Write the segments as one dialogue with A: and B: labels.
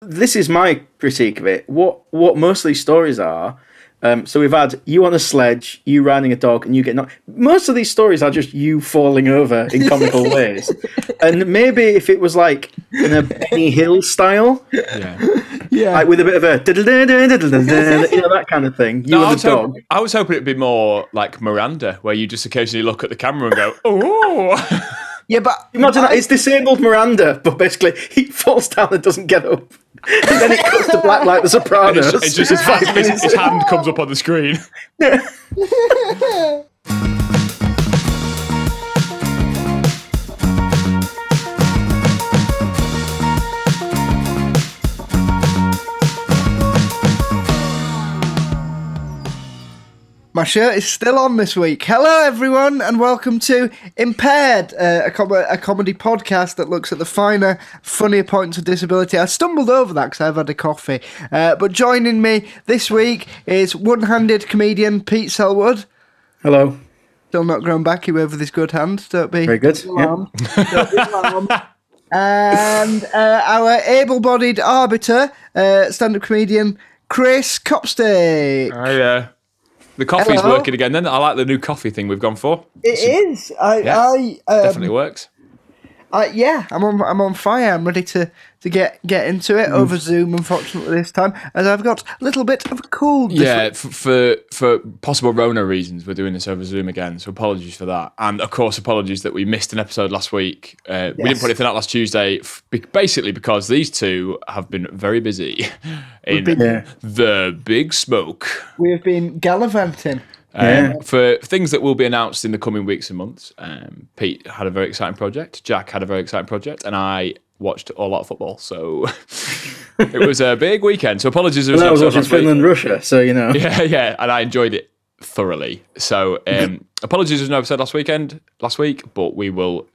A: this is my critique of it. What what most of these stories are. Um, so we've had you on a sledge, you riding a dog, and you get knocked. Most of these stories are just you falling over in comical ways. And maybe if it was like in a Benny Hill style,
B: Yeah.
C: Yeah.
A: like with a bit of a diddle-diddle-diddle-diddle-diddle, you know that kind of thing. You
B: No, I,
A: and
B: was
A: a dog.
B: hoping, I was hoping it'd be more like Miranda, where you just occasionally look at the camera and go, "Oh,
C: yeah, but
A: Imagine that it's disabled Miranda, but basically he falls down and doesn't get up. And then it cuts to black like The Sopranos.
B: it's, it's just his, his, his hand comes up on the screen."
C: My shirt is still on this week. Hello, everyone, and welcome to Impaired, uh, a, com- a comedy podcast that looks at the finer, funnier points of disability. I stumbled over that because I've had a coffee. Uh, but joining me this week is one handed comedian Pete Selwood.
A: Hello.
C: Still not grown back, you wave with his good hand. Don't be
A: Very good. Yeah.
C: alarmed. Don't be alarmed. and uh, our able bodied arbiter, uh, stand up comedian Chris Copstick.
B: I, uh, the coffee's
C: Hello.
B: working again. Then I like the new coffee thing we've gone for.
C: It is. I,
B: Yeah,
C: I, um,
B: Definitely works.
C: I, Uh, yeah, I'm on. I'm on fire. I'm ready to, to get get into it over
B: Mm.
C: Zoom. Unfortunately, this time, as I've got a little bit of a cold. this
B: Yeah,
C: week.
B: f- for for possible Rona reasons, we're doing this over Zoom again. So apologies for that, and of course apologies that we missed an episode last week. Uh, We didn't
C: Yes.
B: put anything out last Tuesday, f- be- basically because these two have been very busy in
C: been-
A: Yeah.
B: the big smoke
C: we have been gallivanting.
B: um,
A: Yeah.
B: for things that will be announced in the coming weeks and months. Um, Pete had a very exciting project. Jack had a very exciting project, and I watched a lot of football. So. it was a big weekend, so apologies. there was
A: And I
B: no
A: was
B: episode
A: watching
B: last week.
A: Finland Russia, so you know.
B: Yeah, yeah, and I enjoyed it thoroughly. So, um, apologies as no episode last weekend, last week, but we will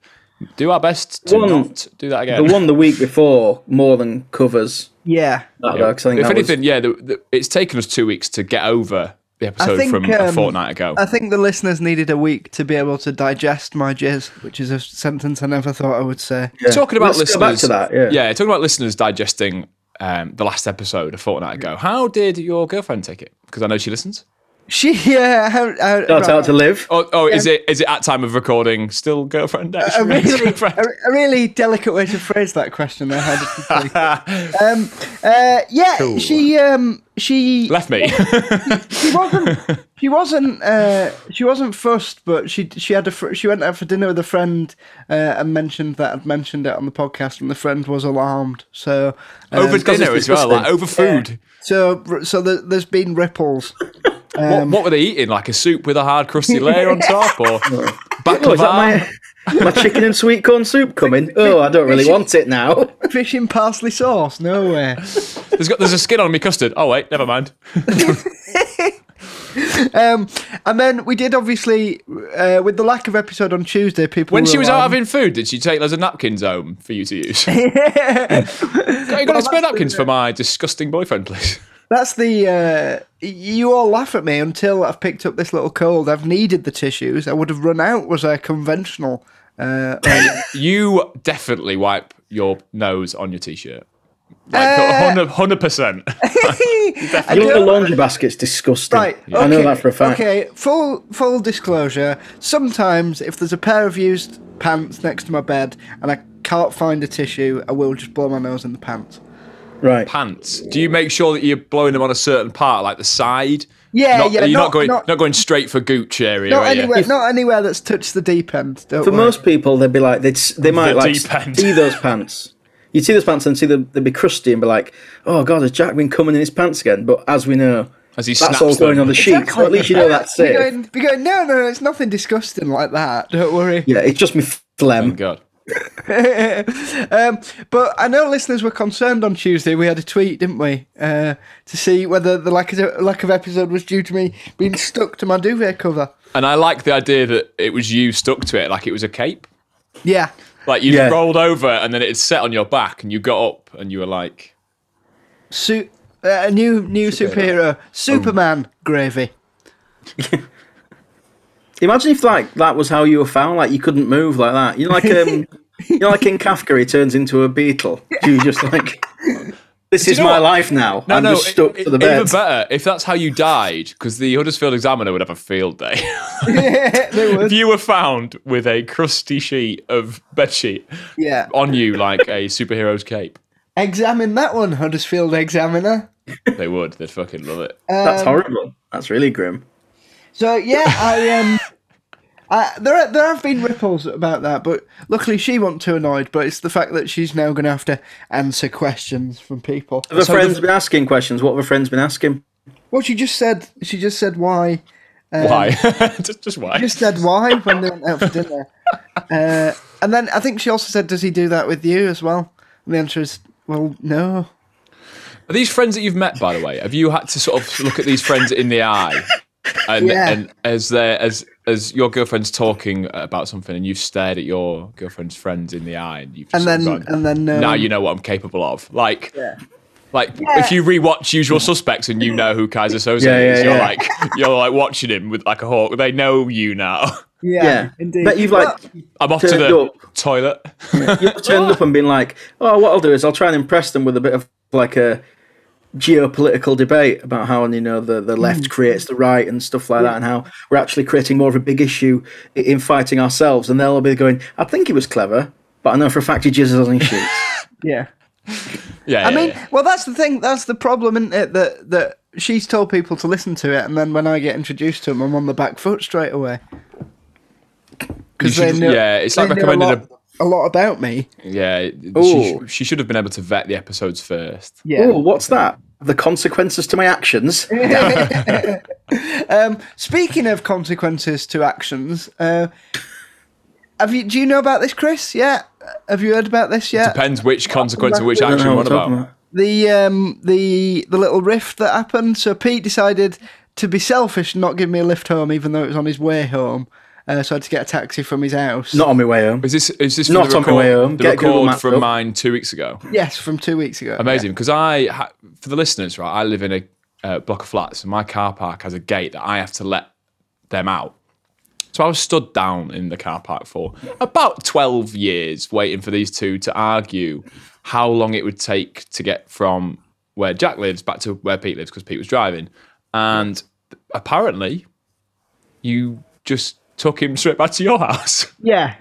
B: do our best to
A: One-
B: not do that
A: The
B: again.
A: one the week before more than covers
C: Yeah,
A: that
B: Yeah.
A: though, 'cause I think
B: Oh. if
A: that was-
B: anything, yeah, the, the, it's taken us two weeks to get over the episode
C: think,
B: from a
C: um,
B: fortnight ago.
C: I think the listeners needed a week to be able to digest my jizz, which is a sentence I never thought I would say.
B: Talking about
A: Let's
B: listeners,
A: go back to that, yeah.
B: talking about listeners digesting um, the last episode a fortnight ago. How did your girlfriend take it? Because I know she listens.
C: She, yeah, how, how,
A: Shout
C: right.
A: out to live.
B: Oh, oh is it is it at time of recording still girlfriend?
A: Uh,
C: a
B: Ex-girlfriend?
C: really, a, a really delicate way to phrase that question. There, how did she take it? um, uh, yeah, she, um, she
B: Left me.
C: she wasn't. She wasn't. Uh, she wasn't fussed, but she she had a fr- she went out for dinner with a friend uh, and mentioned that I'd mentioned it on the podcast, and the friend was alarmed. So uh,
B: over
A: it's 'cause
B: dinner
A: it's
B: as well, like
A: disgusting.
B: over food.
C: so so there, there's been ripples.
A: Um,
B: What, what were they eating? Like a soup with a hard crusty layer on top, or
A: Oh, is
B: baklava?
A: that my, my chicken and sweet corn soup coming? Oh, I don't really want it now.
C: Fish in parsley sauce. No way.
B: There's got there's a skin on me custard. Oh wait, never mind.
C: Um, and then we did obviously uh, with the lack of episode on Tuesday. People
B: When
C: were
B: she
A: um,
B: was out
C: alarmed.
B: having food, did she take loads of napkins home for you to use? Got- you got any spare napkins for my disgusting boyfriend, please?
C: That's the. Uh, you all laugh at me until I've picked up this little cold. I've needed the tissues. I would have run out. Was I conventional? Uh,
B: You definitely wipe your nose on your t-shirt. Like
C: Uh,
B: hundred percent.
C: I
A: Your
C: don't-
A: laundry basket's disgusting.
C: Right.
A: I know
C: okay,
A: that for a fact.
C: Okay. Full full disclosure. Sometimes if there's a pair of used pants next to my bed and I can't find a tissue, I will just blow my nose in the pants.
A: Right.
B: Pants. Do you make sure that you're blowing them on a certain part, like the side?
C: Yeah,
B: Not-
C: yeah,
B: You're not,
C: not-
B: going
C: not-
B: not going straight for gooch area.
C: Not
B: are you?
C: anywhere. Not anywhere that's touched the deep end. Don't
A: For
C: worry.
A: most people, they'd be like, they'd, s- they might like
B: deep end.
A: see those pants. You'd see those pants and see them, they'd be crusty and be like, oh God, has Jack been coming in his pants again? But as we know,
B: As he
A: that's
B: snaps
A: all going
B: them.
A: on the sheet. So at least you know that's
C: Be
A: it.
C: going, be going, no, no, it's nothing disgusting like that. Don't worry.
A: Yeah, it's just me phlegm.
B: Thank God.
C: um, but I know listeners were concerned on Tuesday. We had a tweet, didn't we, uh, to see whether the lack of, lack of episode was due to me being stuck to my duvet cover.
B: And I like the idea that it was you stuck to it, like it was a cape.
C: Yeah,
B: Like you
A: Yeah.
B: rolled over and then it had set on your back and you got up and you were like,
C: Su- uh, a new new superhero, Superman gravy.
A: Imagine if like that was how you were found, like you couldn't move like that. You know, like um, you know, like in Kafka, he turns into a beetle. You just like This
B: Do you
A: is
B: know
A: my
B: what?
A: life now.
B: No,
A: I'm
B: no,
A: just stuck
B: it-
A: to the
B: it-
A: bed.
B: e-, even better if that's how you died, because the Huddersfield Examiner would have a field day.
C: they
B: if
C: would.
B: you were found with a crusty sheet of bedsheet
C: Yeah.
B: on you like a superhero's cape,
C: Examine that one, Huddersfield Examiner.
B: they would. They'd fucking love it.
A: That's horrible. That's really grim.
C: So yeah, I um, I, there are- there have been ripples about that, but luckily she wasn't too annoyed. But it's the fact that she's now going to have to answer questions from people.
A: Have her
B: So
A: friends
B: the-
A: been asking questions? What have her friends been asking?
C: Well, she just said she just said why.
A: Uh,
B: why? just, just why?
C: Just said why when they went out for dinner. Uh, and then I think she also said, "Does he do that with you as well?" And the answer is, "Well, no."
B: Are these friends that you've met, by the way? Have you had to sort of look at these friends in the eye, and,
C: Yeah.
B: and as they as as your girlfriend's talking about something, and you've stared at your girlfriend's friends in the eye, and you've just
C: And then
B: gone,
C: and then no.
B: now you know what I'm capable of. Like,
C: Yeah.
B: like
C: Yeah.
B: if you rewatch Usual Suspects and you know who Kaiser Soze
A: Yeah, yeah,
B: is, you're
A: yeah.
B: like you're like watching him with like a hawk. They know you now.
C: yeah,
A: Yeah,
C: indeed.
A: But you've like
B: I'm off to
A: Turned
B: the
A: up.
B: toilet.
A: you've turned up and been like, "Oh, what I'll do is I'll try and impress them with a bit of like a geopolitical debate about how you know the the left creates the right and stuff like that, and how we're actually creating more of a big issue i- in fighting ourselves." And they'll be going, "I think he was clever, but I know for a fact he jizzes on his shoes."
C: yeah.
B: Yeah,
C: I mean, well, that's the thing. That's the problem, isn't it? That that she's told people to listen to it, and then when I get introduced to them, I'm on the back foot straight away because they
B: should-
C: know.
B: yeah, it's
C: they
B: like
C: know
B: recommended
C: a lot, a lot about me.
B: yeah. She,
A: Ooh.
B: she should have been able to vet the episodes first.
C: Yeah.
A: Oh, what's that? The consequences to my actions.
C: Um, speaking of consequences to actions, uh, have you? Do you know about this, Chris? Yeah. Have you heard about this yet?
B: Depends which consequence of which
A: I don't
B: action
A: know
B: we're
A: what
B: on
A: I'm talking
B: about.
C: the um the the little rift that happened. So Pete decided to be selfish and not give me a lift home, even though it was on his way home. Uh, so I had to get a taxi from his house.
A: Not on my way home.
B: Is this is this
A: Not
B: from the
A: on my
B: record,
A: way home.
B: The
A: Get Google
B: record
A: Maps
B: from
A: up.
B: mine two weeks ago.
C: yes, from two weeks ago.
B: Amazing because I ha- for the listeners right, I live in a uh, block of flats and my car park has a gate that I have to let them out. So I was stood down in the car park for about twelve years waiting for these two to argue how long it would take to get from where Jack lives back to where Pete lives because Pete was driving, and apparently you just took him straight back to your house.
C: Yeah.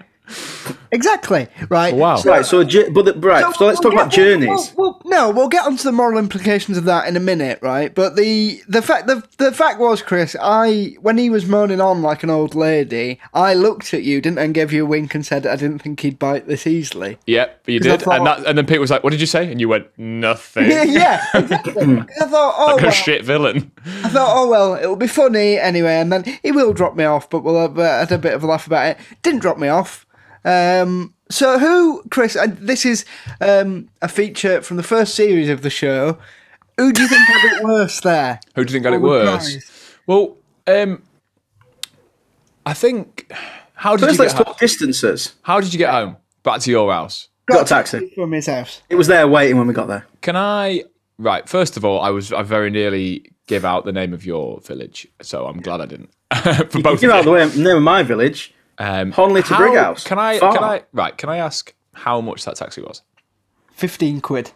C: Exactly. Right.
B: Wow.
A: Right. So, ju- but the, right. So, let's
C: we'll
A: talk about
C: get- we'll-
A: journeys.
C: we'll- we'll- no, we'll get onto the moral implications of that in a minute, right? But the the fact the, the fact was, Chris, I when he was moaning on like an old lady, I looked at you, didn't, I, and gave you a wink and said I didn't think he'd bite this easily.
B: Yep, you
C: 'Cause I
B: did.
C: thought-
B: and, that, and then Pete was like, What did you say? And you went, Nothing.
C: yeah, yeah, exactly. I thought, oh
B: Like a
C: well,
B: shit villain.
C: I thought, oh well, it'll be funny anyway, and then he will drop me off, but we'll have uh, had a bit of a laugh about it. Didn't drop me off. Um, so who, Chris? And this is um, a feature from the first series of the show. Who do you think had it worse there?
B: Who do you think got it
C: What would
B: worse?
C: rise?
B: Well, um, I think. How did
A: First,
B: you get
A: let's
B: home?
A: talk distances.
B: How did you get home? Back to your house.
A: Got a taxi.
C: from his house.
A: It was there waiting when we got there.
B: Can I? Right. First of all, I was. I very nearly give out the name of your village, so I'm glad I didn't. For both.
A: You know,
B: of
A: the
B: you.
A: way name of my village.
B: Um,
A: Honley to
B: how-
A: Brighouse.
B: Can I?
A: Far.
B: Can I? Right. Can I ask how much that taxi was?
C: Fifteen quid.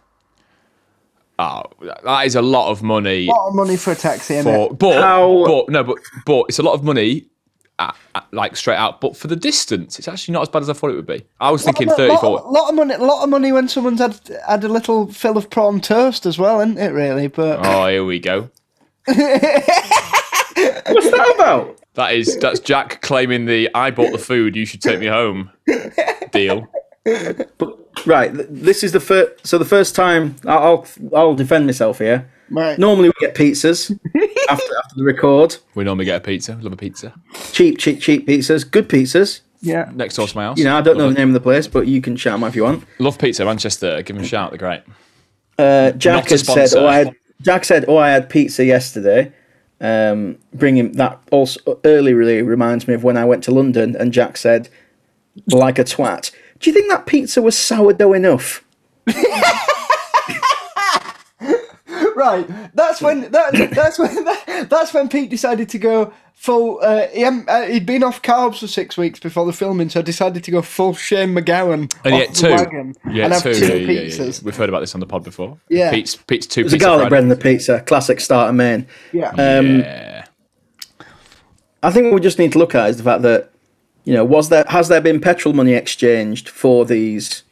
B: Oh, that is a lot of money.
C: A lot of money for a taxi, and
B: for but,
A: How-
B: but no but but it's a lot of money at, at- like straight out but for the distance it's actually not as bad as i thought it would be i was thinking 30
C: lot,
B: 40
C: lot of money. Lot of money when someone's had had a little fill of prawn toast as well, isn't it? Really, but
B: oh here we go
A: What's that about?
B: that is that's jack claiming the i bought the food you should take me home deal
A: Right. th- This is the first. So the first time I- I'll I'll defend myself here.
C: right.
A: Normally we get pizzas after after the record.
B: we normally get a pizza love a pizza
A: Cheap, cheap, cheap pizzas. Good pizzas.
C: yeah.
B: next door to my house
A: You know, I don't know the name of the place, but you can shout 'em out if you want.
B: love pizza manchester give them a shout they're great
A: Uh, Jack
B: Not a
A: had said,
B: sponsor.
A: "Oh, I had." Jack said, "Oh, I had pizza yesterday." Um, bringing that also early really reminds me of when I went to London, and Jack said, "Like a twat." Do you think that pizza was sourdough enough?
C: right. That's when that that's when that's when Pete decided to go full. Uh, he hadn't- uh, he'd been off carbs for six weeks before the filming, so decided to go full Shane McGowan
B: And
C: off
B: yet
C: the
B: two.
C: wagon
B: Yeah,
C: and have
B: two.
C: two,
B: yeah, yeah, yeah, yeah.
C: pizzas.
B: We've heard about this on the pod before.
C: Yeah.
B: Pete's, Pete's two
A: There's a
B: pizza
A: garlic
B: Friday.
A: bread and the pizza, classic starter main.
C: Yeah,
A: Um,
B: Yeah.
A: I think what we just need to look at is the fact that, you know, was there has there been petrol money exchanged for these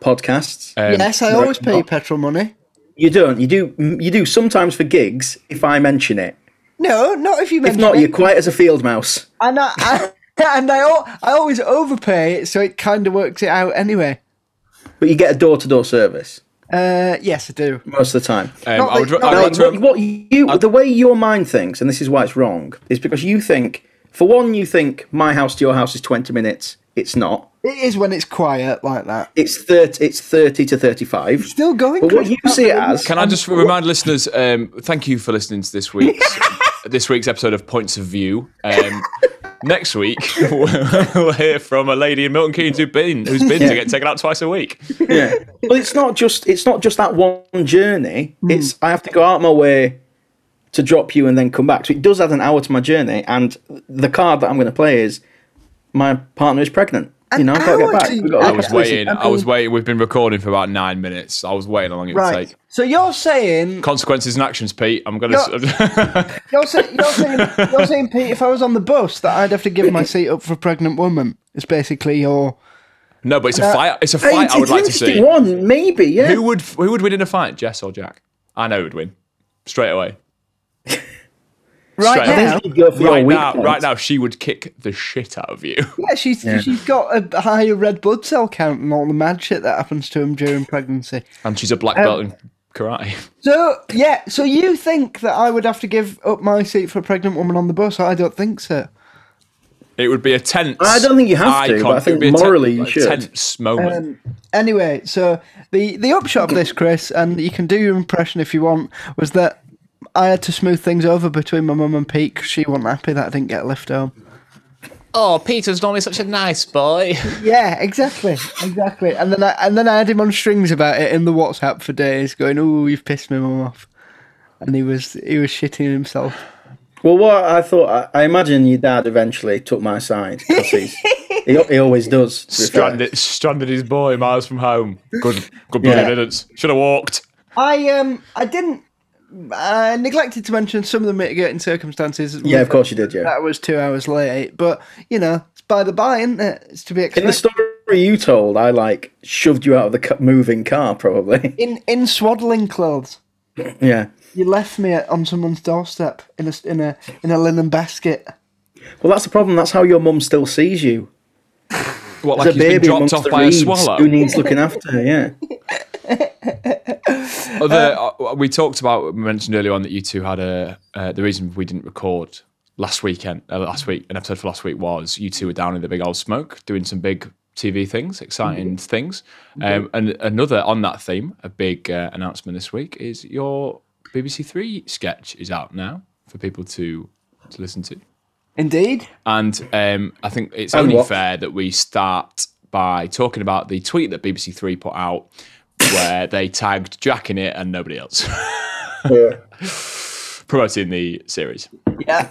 A: podcasts?
B: Um,
C: yes, I always pay
A: not.
C: petrol money.
A: you don't. You do. You do sometimes for gigs if I mention it.
C: No, not if you
A: If
C: mention
A: not,
C: it.
A: you're quiet as a field mouse.
C: And I, I and I, al- I always overpay, so it kind of works it out anyway.
A: But you get a door to door service
C: Uh, yes, I do.
A: most of the time.
B: um,
C: not
B: I would,
C: that-
B: I'd
C: not
B: like
A: Like,
B: to
A: what, what you, the way your mind thinks, and this is why it's wrong, is because you think, for one, you think my house to your house is 20 minutes. It's not.
C: It is when it's quiet like that.
A: It's 30, it's 30 to 35.
C: Still going.
A: But what
C: Chris,
A: you
C: about
A: see it
C: the-
A: as-
B: Can I just remind listeners? Um, thank you for listening to this week's this week's episode of Points of View. Um, next week we'll hear from a lady in Milton Keynes who been who's been to get taken out twice a week.
A: yeah. But it's not just it's not just that one journey. It's I have to go out my way to drop you and then come back. So it does add an hour to my journey. And the card that I'm going to play is my partner is pregnant. you know, I can't
C: hour
A: get back.
C: to-
A: We've got to
C: I
B: I
A: go.
B: was
C: Listen,
B: waiting.
C: I
B: I was
C: mean-
B: waiting. We've been recording for about nine minutes. I was waiting how long it would
C: Right.
B: take.
C: So you're saying
B: Consequences and actions, Pete. I'm gonna.
C: you're, say, you're saying you're saying Pete, if I was on the bus, that I'd have to give my seat up for a pregnant woman. It's basically your.
B: no, but it's
C: Uh,
B: a fight. It's a fight.
A: It's,
B: I would
A: it's
B: like to
A: interesting
B: see.
A: one, maybe. Yeah.
B: Who would who would win in a fight, Jess or Jack? I know who would win straight away.
C: Right
B: Straight
A: I
C: now,
A: think you'd go for your
B: Right
A: weak
B: now,
A: point.
B: right now, she would kick the shit out of you.
C: yeah, she's she's got a higher red blood cell count and all the mad shit that happens to him during pregnancy.
B: And she's a
C: Um,
B: black belt in karate.
C: So yeah, so you think that I would have to give up my seat for a pregnant woman on the bus? I don't think so.
B: It would be a tense.
A: I don't think you have
B: eye
A: to, but
B: con-
A: I
B: it
A: think
B: would be a
A: morally you
B: like,
A: should.
B: Tense moment.
C: Um, anyway, so the the upshot of this, Chris, and you can do your impression if you want, was that I had to smooth things over between my mum and Pete 'cause she wasn't happy that I didn't get a lift home.
B: oh, Peter's normally such a nice boy.
C: Yeah, exactly, exactly. And then I and then I had him on strings about it in the WhatsApp for days, going, "Oh, you've pissed my mum off," and he was he was shitting himself.
A: Well, what I thought, I, I imagine your dad eventually took my side. 'cause he's- he, he always does. to be fair.
B: stranded, stranded his boy miles from home. Good, good bloody
A: Yeah.
B: riddance. Should have walked.
C: I um I didn't. I neglected to mention some of the mitigating circumstances.
A: Yeah, of course you did, yeah.
C: That was two hours late, but you know, it's by the by, isn't it? It's to be
A: In the
C: expected.
A: story you told, I like shoved you out of the cu- moving car, probably.
C: In in swaddling clothes,
A: yeah.
C: you left me at, on someone's doorstep in a s- in a in a linen basket.
A: Well, that's the problem. That's how your mum still sees you.
B: What,
A: As
B: like
A: a
B: he's been
A: baby
B: dropped
A: amongst
B: off
A: the
B: by a
A: reeds
B: swallow?
A: who needs looking after. Yeah.
B: Other, uh, we talked about, we mentioned earlier on that you two had a, uh, the reason we didn't record last weekend, uh, last week, an episode for last week was you two were down in the big old smoke doing some big TV things, exciting things. Um, and another on that theme, a big uh, announcement this week is your BBC Three sketch is out now for people to, to listen to.
C: Indeed,
B: And um, I think it's
A: And
B: only
A: what?
B: fair that we start by talking about the tweet that BBC Three put out where they tagged Jack in it and nobody else promoting the series
C: yeah,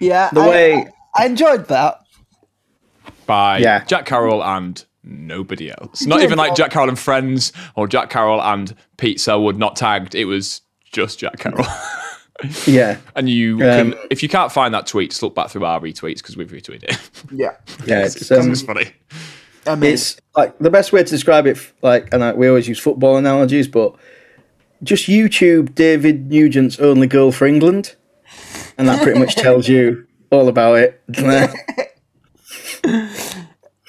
C: yeah.
A: The
C: I,
A: way-
C: I, I enjoyed that.
B: by
A: Yeah.
B: Jack Carroll and nobody else. Not even like Jack Carroll and Friends or Jack Carroll and Pete Selwood not tagged. It was just Jack Carroll.
A: Yeah.
B: and you
A: Um,
B: can, if you can't find that tweet, just look back through our retweets because we've retweeted it.
C: Yeah,
A: Yeah. It's,
B: 'Cause
A: um,
B: it's funny.
C: I mean,
A: it's like the best way to describe it, f- like, and I, we always use football analogies, but just YouTube David Nugent's only goal for England. And that pretty much tells you all about it.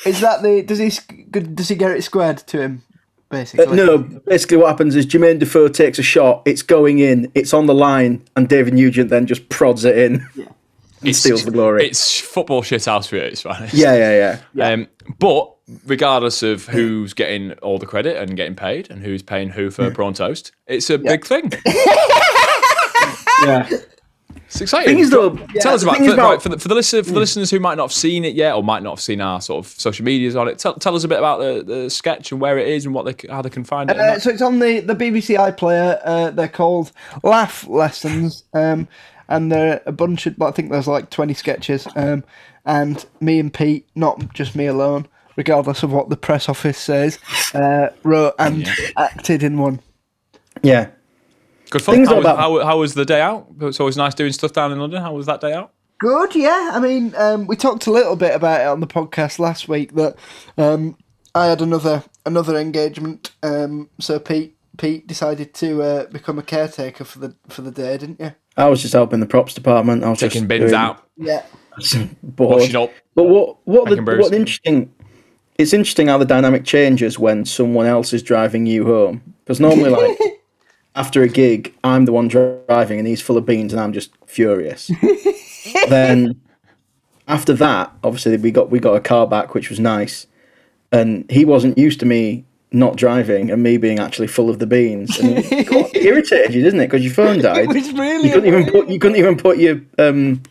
C: is that the does he sc- good- does he get it squared to him? Basically,
A: Uh, No, basically what happens is Jermaine Defoe takes a shot, it's going in, it's on the line, and David Nugent then just prods it in.
B: It's,
A: steals the glory.
B: It's football shit house for you, it's fine.
A: Yeah, yeah, yeah.
B: Um, but regardless of who's getting all the credit and getting paid and who's paying who for prawn toast, it's a big thing.
A: Yeah.
B: It's exciting.
A: Thing is, though,
B: tell us
A: the
B: about,
A: thing
B: for,
A: is about- Mm.
B: right, for the, for the listener, for the listeners who might not have seen it yet or might not have seen our sort of social medias on it. Tell, tell us a bit about the, the sketch and where it is and what they c- how they can find it. and
C: Uh,
B: that.
C: so it's on the, the BBC iPlayer. Uh, they're called Laugh Lessons, um, and they're a bunch of. Well, I think there's like twenty sketches, um, and me and Pete, not just me alone, regardless of what the press office says, uh, wrote and acted in one.
A: Yeah.
B: Good fun.
A: things
B: How was,
A: about-
B: how, how was the day out? It's always nice doing stuff down in London. How was that day out?
C: Good, yeah. I mean, um, we talked a little bit about it on the podcast last week that um, I had another another engagement. Um, so Pete Pete decided to uh, become a caretaker for the for the day, didn't you?
A: I was just helping the props department. I was
B: Taking
A: just
B: bins
A: doing-
B: out.
C: Yeah.
A: bored.
B: Washing up.
A: But what what the,
B: Making brews.
A: what an interesting it's interesting how the dynamic changes when someone else is driving you home because normally like after a gig I'm the one dri- driving and he's full of beans and I'm just furious. then after that, obviously we got we got a car back which was nice, and he wasn't used to me not driving and me being actually full of the beans. And it got- it irritated you, didn't it? Because your phone died.
C: was really
A: you couldn't even put you couldn't even put your um,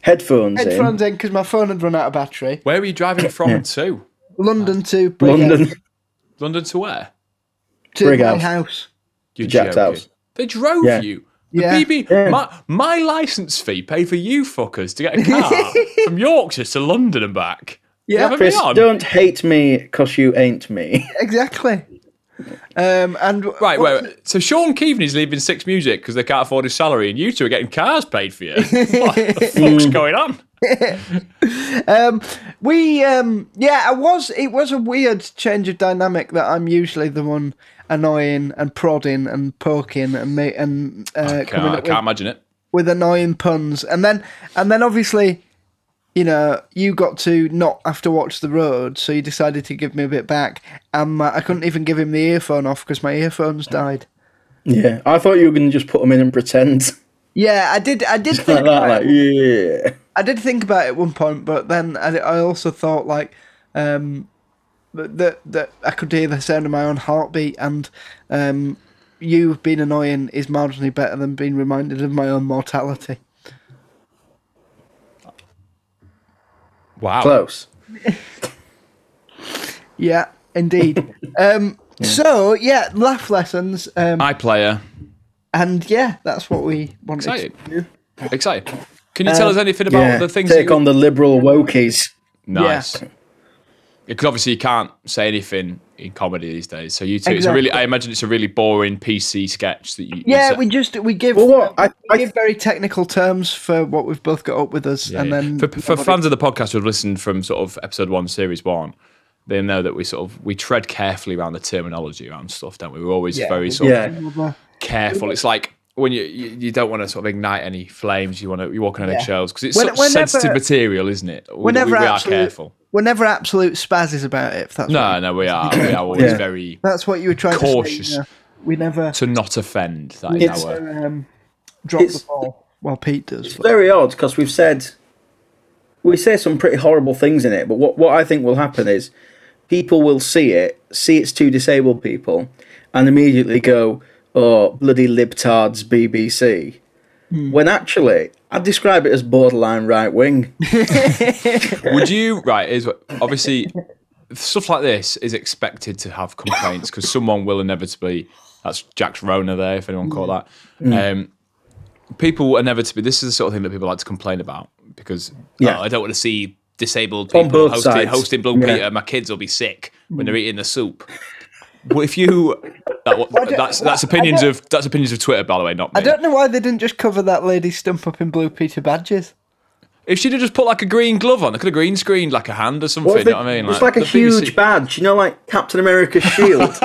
A: headphones,
C: Headphones in because my phone had run out of battery.
B: Where were you driving from to?
C: London to
A: in.
C: Brighouse,
A: London.
B: London to where?
C: to my
A: Brighouse.
C: house.
B: You
A: Jack's house.
B: They drove
A: Yeah.
B: you. The
C: Yeah.
B: BB,
A: Yeah.
B: my, my license fee paid for you fuckers to get a car from Yorkshire to London and back.
C: Yeah,
B: Having me
A: Chris,
B: on.
A: don't hate me because you ain't me.
C: Exactly. Um, and
B: Right, wait, wait. So Sean Keaveney's leaving Six Music because they can't afford his salary, and you two are getting cars paid for you. what the fuck's going on?
C: Um, we um, yeah, I was. It was a weird change of dynamic that I'm usually the one annoying and prodding and poking and ma- and uh,
B: Can't-
C: coming
B: Oh, I
C: up
B: can't
C: with,
B: imagine it.
C: with annoying puns, and then and then obviously. You know, you got to not have to watch the road, so you decided to give me a bit back. Um, I couldn't even give him the earphone off because my earphones died.
A: yeah, I thought you were going to just put them in and pretend
C: Yeah, I did. I did think
A: like that.
C: about
A: Like,
C: it.
A: yeah.
C: I did think about it at one point, but then I, I also thought like um, that that- that I could hear the sound of my own heartbeat, and um, you being annoying is marginally better than being reminded of my own mortality.
B: Wow.
A: Close.
C: Yeah, indeed. um, So yeah, laugh lessons, um,
B: iPlayer.
C: and yeah, that's what we wanted.
B: Excited. Excited. Can you tell us anything about
A: Yeah.
B: the things that
A: Take
B: you-
A: on the liberal wokies.
B: Nice. Because obviously you can't say anything in comedy these days. So you two, it's a really. I imagine it's a really boring PC sketch that you. you
C: Yeah,
B: set-
C: we just we give
A: Well, what? I-
C: we
A: I-
C: give very technical terms for what we've both got up with us, and
B: Yeah.
C: then
B: for, for fans of the podcast who've listened from sort of episode one, series one, they know that we sort of we tread carefully around the terminology around stuff, don't we? We're always very sort of
A: Yeah.
B: careful. It's like when you you, you don't want to sort of ignite any flames. You want to you walk on eggshells because it's
C: When-
B: such
C: whenever-
B: sensitive material, isn't it? We,
C: We're never
B: we, we are
C: absolute,
B: careful.
C: We're never absolute spazzes about it. If that's what
B: No, no, we are. We are always
A: Yeah.
B: very
C: that's what you were trying to
B: Cautious.
C: say. you know. We never
B: to not offend. That
A: It's-
B: is our.
C: um, drop
A: It's-
C: the ball. Well, Pete does. but-
A: Very odd because we've said we say some pretty horrible things in it, but what, what I think will happen is people will see it, see it's two disabled people, and immediately go, "Oh, bloody libtards, BBC."
B: Hmm.
A: When actually, I describe it as borderline right wing.
B: Would you right? Is what- obviously stuff like this is expected to have complaints because someone will inevitably. That's Jack's Rona there, if anyone caught
A: Mm.
B: that. Um, people inevitably. This is the sort of thing that people like to complain about because
A: Yeah.
B: "Oh, I don't want to see disabled people
A: both
B: hosting,
A: sides.
B: hosting Blue
A: Yeah. Mm.
B: Peter. My kids will be sick when they're eating the soup. Well, if you that, that's that's opinions of that's opinions of Twitter, by the way, not me.
C: I don't know why they didn't just cover that lady stump up in blue Peter badges.
B: If she'd have just put like a green glove on, they could have green screened like a hand or something.
A: What
B: you
A: if they-
B: know what I mean?
A: It's like, a
B: the BBC
A: huge badge, you know, like Captain America's shield.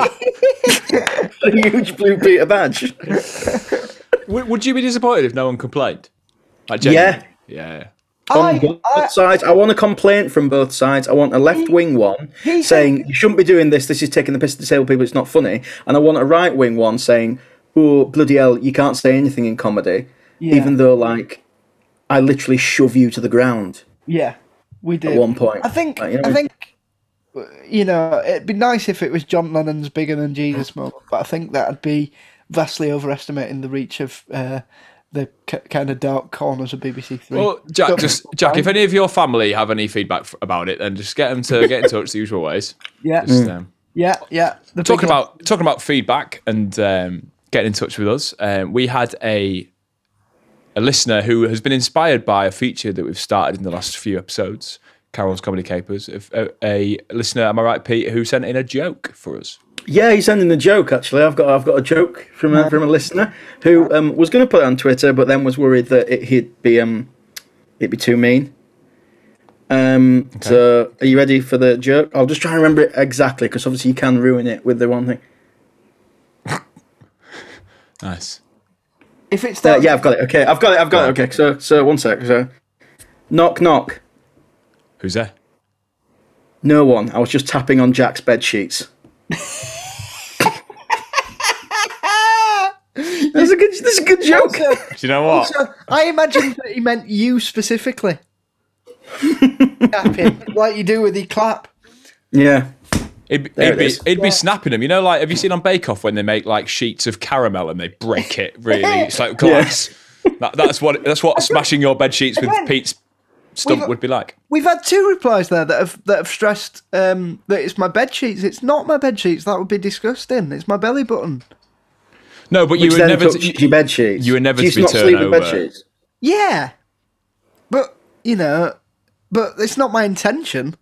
A: a huge blue Peter badge.
B: Would, would you be disappointed if no one complained? Like,
A: Yeah.
B: genuinely? Yeah.
A: On
C: I,
A: both sides, I want a complaint from both sides. I want a left wing one
C: he
A: saying you shouldn't be doing this. This is taking the piss of disabled people. It's not funny. And I want a right wing one saying, "Oh bloody hell, you can't say anything in comedy,
C: Yeah.
A: even though like I literally shove you to the ground."
C: yeah, we did.
A: At one point,
C: I think.
A: Like, you know,
C: I think. You know, it'd be nice if it was John Lennon's "Bigger Than Jesus" moment, but I think that'd be vastly overestimating the reach of uh, the k kind of dark corners of BBC Three.
B: Well, Jack,
C: Don't-
B: just Jack, if any of your family have any feedback f- about it, then just get them to get in touch the usual ways.
C: yeah,
B: Just, um,
C: yeah, yeah. The
B: talking
C: big-
B: about talking about feedback and um, getting in touch with us, um, we had a a listener who has been inspired by a feature that we've started in the last few episodes, Carol's Comedy Capers. If, a, a listener, am I right, Pete, who sent in a joke for us?
A: Yeah, he's sending a joke. Actually, I've got I've got a joke from a, from a listener who um, was going to put it on Twitter, but then was worried that it, he'd be um it'd be too mean. Um, so are you ready for the joke? I'll just try and remember it exactly because obviously you can ruin it with the one thing. Uh,
B: Nice.
C: if it's
A: Uh,
C: that,
A: yeah, I've got it. Okay, I've got it. I've got it. Okay, so so one sec. So, knock knock.
B: Who's there?
A: No one. I was just tapping on Jack's bed sheets. that's a good. That's a good joke.
B: Do you know what?
C: So I imagine that he meant you specifically. Clapping, like you do with the clap.
A: Yeah.
B: He'd, be-
A: There
B: he'd
A: it
B: be,
A: is.
B: he'd be snapping them. You know, like, have you seen on Bake Off when they make like sheets of caramel and they break it really? It's like glass. That, that's what that's what smashing your bed sheets with
C: Again,
B: Pete's stump
C: we've-
B: would be like.
C: We've had two replies there that have that have stressed um, that it's my bed sheets. It's not my bed sheets. That would be disgusting. It's my belly button.
B: No, but you
A: Which
B: were
A: then
B: never.
A: touched
B: you-
A: your bed sheets.
B: you were never
A: Do
B: to be
A: not sleep
B: turned
A: with bed
B: over.
A: sheets?
C: Yeah, but you know, but it's not my intention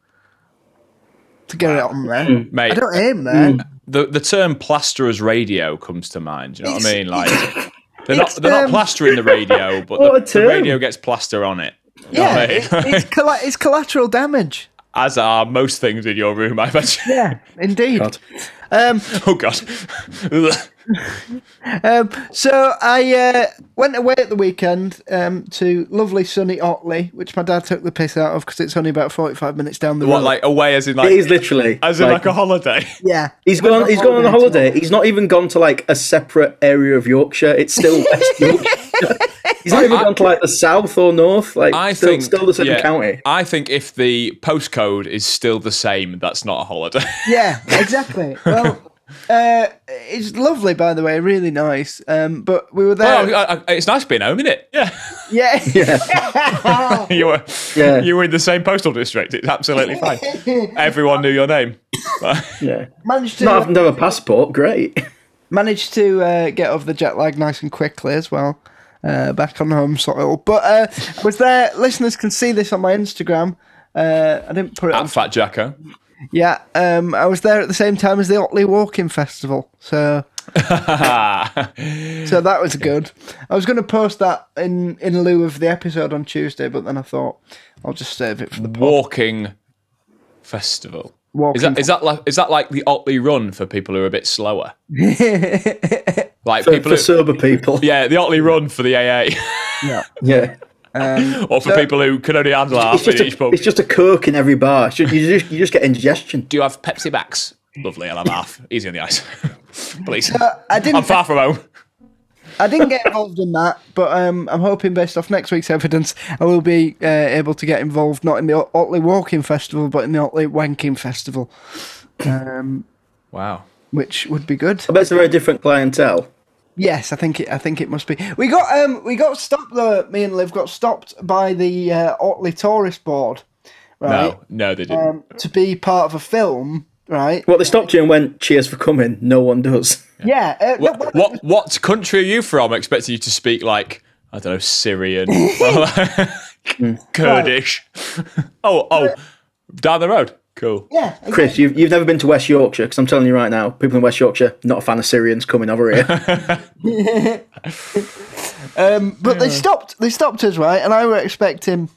C: to get it on there.
B: Mate.
C: I don't aim there.
B: the the term plasterers radio comes to mind. Do you know what I mean? Like they're not
C: It's,
B: they're not
C: um,
B: plastering the radio, but
A: What a
B: the, the
A: term.
B: radio gets plaster on it. You know
C: Yeah,
B: what I mean?
C: it- it's, colla- it's collateral damage.
B: As are most things in your room, I imagine.
C: Yeah, indeed.
A: God.
C: Um,
B: Oh god.
C: Um, so I uh, went away at the weekend um, to lovely sunny Otley, which my dad took the piss out of because it's only about forty-five minutes down the
B: what
C: road.
B: like away as in like
A: It is literally.
B: as in like, a holiday.
C: yeah,
A: He's gone. He's gone on a
C: holiday
A: holiday. He's not even gone to like a separate area of Yorkshire. It's still West Yorkshire. He's not even
B: I-
A: gone to like the south or north. Like
B: I
A: still,
B: think
A: still the same
B: yeah,
A: county.
B: I think if the postcode is still the same, that's not a holiday.
C: Yeah, exactly. well, uh, it's lovely, by the way, really nice. Um, but we were there.
A: Oh,
B: Well, I- I- it's nice being home, isn't it? Yeah.
C: yeah,
B: you were
A: Yeah.
B: you were in the same postal district. It's absolutely fine. Everyone knew your name.
A: Yeah.
C: managed to
A: Not having to have a passport. Great.
C: managed to uh, get over the jet lag nice and quickly as well. Uh, back on home soil, but uh, was there? Listeners can see this on my Instagram. Uh, I didn't put it on
B: At Fat Jacko.
C: Yeah, um, I was there at the same time as the Otley Walking Festival, so so that was good. I was going to post that in in lieu of the episode on Tuesday, but then I thought I'll just save it for the
B: walking festival.
C: walking.
B: Is that is that like is that like the Otley Run for people who are a bit slower? Like
A: For,
B: people,
A: for
B: who,
A: sober people.
B: yeah, the Otley Run for the AA,
C: yeah.
A: Yeah.
B: or for people who can only handle half
A: It's
B: in
A: just,
B: each
A: a,
B: pub.
A: it's just a coke in every bar. It's just- you, just, you just get indigestion.
B: Do you have Pepsi backs? Lovely, I'll have half. Easy on the ice, please.
C: I
B: I'm
C: didn't
B: far from home.
C: I didn't get involved in that, but um, I'm hoping based off next week's evidence, I will be uh, able to get involved not in the Ot- Otley Walking Festival, but in the Otley Wanking Festival,
B: Wow.
C: which would be good.
A: I bet it's a very different clientele.
C: Yes, I think it. I think it must be. We got um, we got stopped though. Me and Liv got stopped by the uh, Otley Tourist Board, right?
B: No, no, they didn't.
C: Um, to be part of a film, right?
A: Well, they stopped you and went, "Cheers for coming." No one does.
C: Yeah. uh, no, well,
B: what, what what country are you from? Expecting you to speak like I don't know Syrian, or like Kurdish. Oh oh, down the road. Cool.
C: yeah.
A: Chris, you've, you've never been to West Yorkshire because I'm telling you right now, people in West Yorkshire not a fan of Syrians coming over here.
C: But they stopped. They stopped us, right? And I were expecting.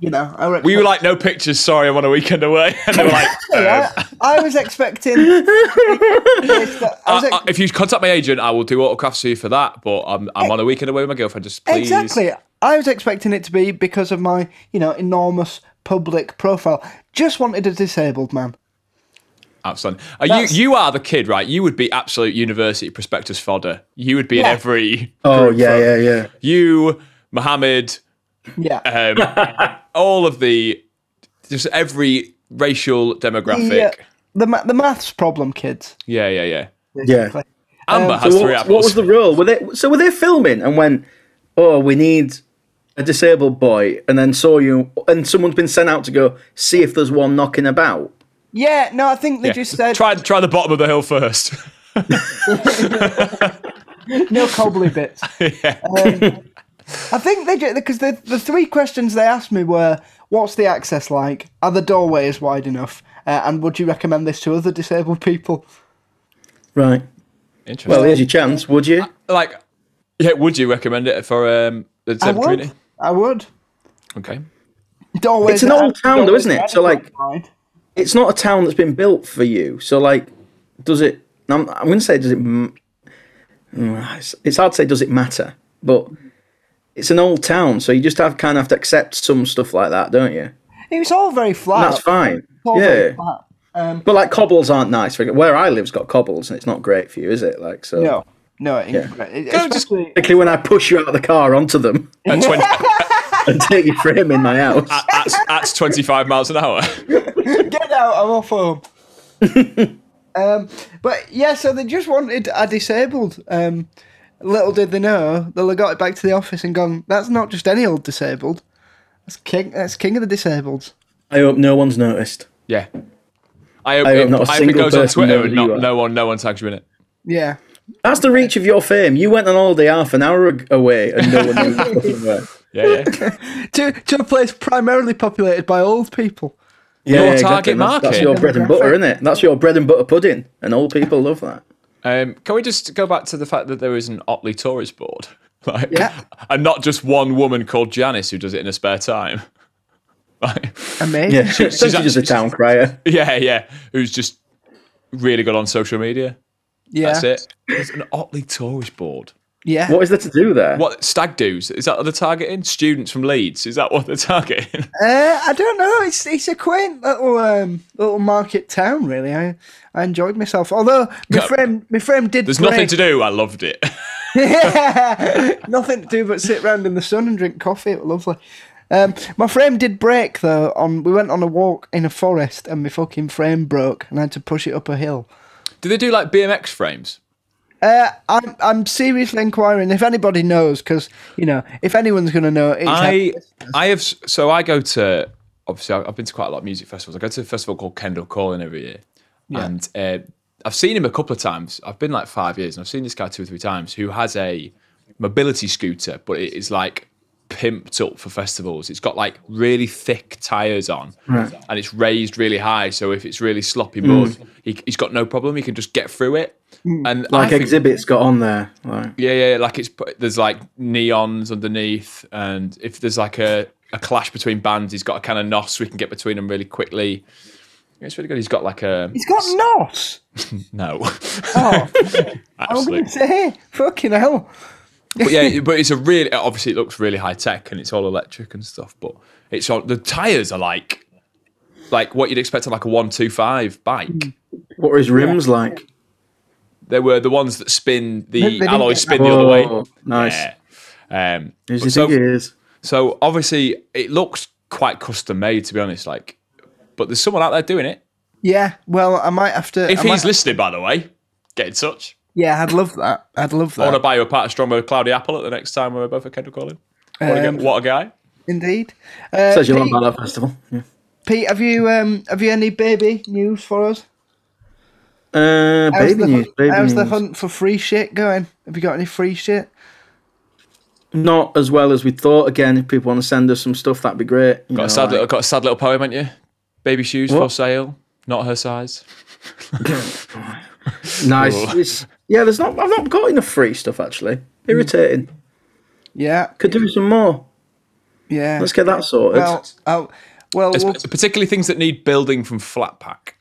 C: You know, I were.
B: We were like, no pictures. Sorry, I'm on a weekend away. And they were like, uh,
C: I, I was expecting. I was
B: I-
C: ex-
B: I- uh, if you contact my agent, I will do autographs for you for that. But I'm I'm on a weekend away with my girlfriend. Just please.
C: Exactly. I was expecting it to be because of my, you know, enormous public profile. Just wanted a disabled man.
B: Absolutely. Are you
C: That's-
B: you are the kid, right? You would be absolute university prospectus fodder. You would be in
C: Yeah.
B: every.
A: oh yeah, yeah, yeah.
B: You, Mohammed,
C: Yeah.
B: um, all of the just every racial demographic.
C: The, uh, the, ma- the maths problem, kids.
B: Yeah, yeah, yeah.
A: Yeah.
B: Amber
C: Um,
B: has
A: So
B: three
A: what,
B: apples.
A: what was the rule? Were they so were they filming and went, oh, we need a disabled boy, and then saw you, and someone's been sent out to go see if there's one knocking about.
C: Yeah, no, I think they
B: Yeah.
C: just said
B: try try the bottom of the hill first.
C: no cobbly bits. Um, I think they because the the three questions they asked me were: What's the access like? Are the doorways wide enough? Uh, and would you recommend this to other disabled people?
A: Right.
B: Interesting.
A: Well, here's your chance. Would you?
B: like, yeah, would you recommend it for um, the
C: I
B: disabled
C: would.
B: community?
C: I would.
B: Okay.
C: Doorways.
A: It's an
C: are-
A: old town though,
C: doorways
A: isn't it?
C: are
A: So, like-
C: adequate.
A: It's not a town that's been built for you. So like, does it? I'm, I'm going to say does it? m- mm, It's, it's hard to say does it matter, but it's an old town, so you just have kind of have to accept some stuff like that, don't you?
C: It was all very flat.
A: That's fine.
C: All
A: Yeah.
C: very flat. Um,
A: But like cobbles aren't nice. For where I live's got cobbles, and it's not great for you, is it? Like so.
C: no, no, it, it-
B: Can I just-
C: especially-
A: Particularly when I push you out of the car onto them
B: At, 20,
A: and take your frame in my house.
B: at, at 25 miles an hour.
C: Get out, I'm off home. um, but yeah, so they just wanted a disabled. Um, little did they know, they'll have got it back to the office and gone, that's not just any old disabled. That's king, that's king of the disabled.
A: I hope no one's noticed.
B: Yeah. I hope,
A: I hope
B: it,
A: not a
B: I hope it
A: single
B: goes on
A: person
B: Twitter
A: knows
B: and
A: who you
B: not,
A: are.
B: no one no one tags you in it.
C: Yeah.
A: That's the reach of your fame. You went on holiday half an hour ag- away and no one knew you were fucking where.
B: Yeah, yeah.
C: To, to a place primarily populated by old people.
A: Yeah,
B: target market.
A: That's, that's your bread and butter, isn't it? That's your bread and butter pudding, and old people love that.
B: um, can we just go back to the fact that there is an Otley Tourist board? Like,
C: Yeah.
B: And not just one woman called Janice who does it in her spare time. Like,
C: Amazing.
A: Yeah, she, she's
B: actually-
A: just a town crier.
B: yeah, yeah. Who's just really good on social media.
C: yeah.
B: That's it. It's an Otley Tourist board.
C: Yeah.
A: What is there to do there?
B: What stag do's? Is that what they're targeting? Students from Leeds? Is that what they're targeting?
C: Uh, I don't know. It's it's a quaint little um, little market town, really. I, I enjoyed myself. Although my
B: No.
C: friend my friend did
B: There's
C: break.
B: nothing to do. I loved it.
C: Nothing to do but sit round in the sun and drink coffee. It was lovely. Um, my frame did break though. On we went on a walk in a forest and my fucking frame broke and I had to push it up a hill.
B: do they do like BMX frames?
C: Uh, I'm I'm seriously inquiring if anybody knows because you know if anyone's gonna know it's
B: I I have s- so I go to obviously I- I've been to quite a lot of music festivals. I go to a festival called Kendall Calling every year, and uh, I've seen him a couple of times. I've been like five years, and I've seen this guy two or three times who has a mobility scooter, but it is like pimped up for festivals. It's got like really thick tires on, and it's raised really high. So if it's really sloppy mud, he, he's got no problem. He can just get through it. And I
A: Like
B: think-
A: exhibits got on there. Like,
B: yeah, yeah, like it's put- there's like neons underneath, and if there's like a, a clash between bands, he's got a kind of nos so we can get between them really quickly. Yeah, It's really good. He's got like a
C: He's got knots.
B: no,
C: Oh, I'm gonna
B: absolutely.
C: say fucking hell.
B: But yeah, but it's a really obviously it looks really high tech and it's all electric and stuff. But it's all the tires are like like what you'd expect on like a one two five
C: Hmm.
B: bike.
A: what are his rims like?
B: They were the ones that spin
C: They-
B: the
C: they didn't
B: alloy
C: get
B: spin
A: that.
B: the other way.
A: Whoa, Oh, nice.
B: Yeah. Um,
A: Who's
B: but
A: he
B: so-
A: think he is?
B: So obviously it looks quite custom made to be honest. Like, but there's someone out there doing it.
C: Yeah. Well, I might have to.
B: If
C: I
B: he's
C: might-
B: listening, by the way, get in touch.
C: yeah, I'd love that. I'd love
B: I
C: that.
B: want to buy you a part of Strongbow Cloudy Apple at the next time we're both at Kendall Calling. What, a,
C: Um,
B: gu- what a guy!
C: Indeed. Uh,
A: Says you're on
C: Pete-
A: Ballad Festival. Yeah.
C: Pete, have you um have you any baby news for us?
A: Uh,
C: How's
A: baby
C: the
A: news.
C: hunt,
A: Baby
C: how's the
A: news.
C: hunt for free shit going? Have you got any free shit?
A: Not as well as we thought. Again, if people want to send us some stuff, that'd be great. You
B: Got
A: know,
B: a sad
A: like-
B: little, got a sad little poem, haven't you? Baby shoes for
A: What?
B: sale, not her size.
A: Nice. It's- yeah, there's not. I've not got enough free stuff actually. Irritating.
C: Yeah,
A: Could do with some more.
C: yeah.
A: Let's get that sorted.
C: well, I'll, well,
B: It's
C: we'll-
B: particularly things that need building from flat pack.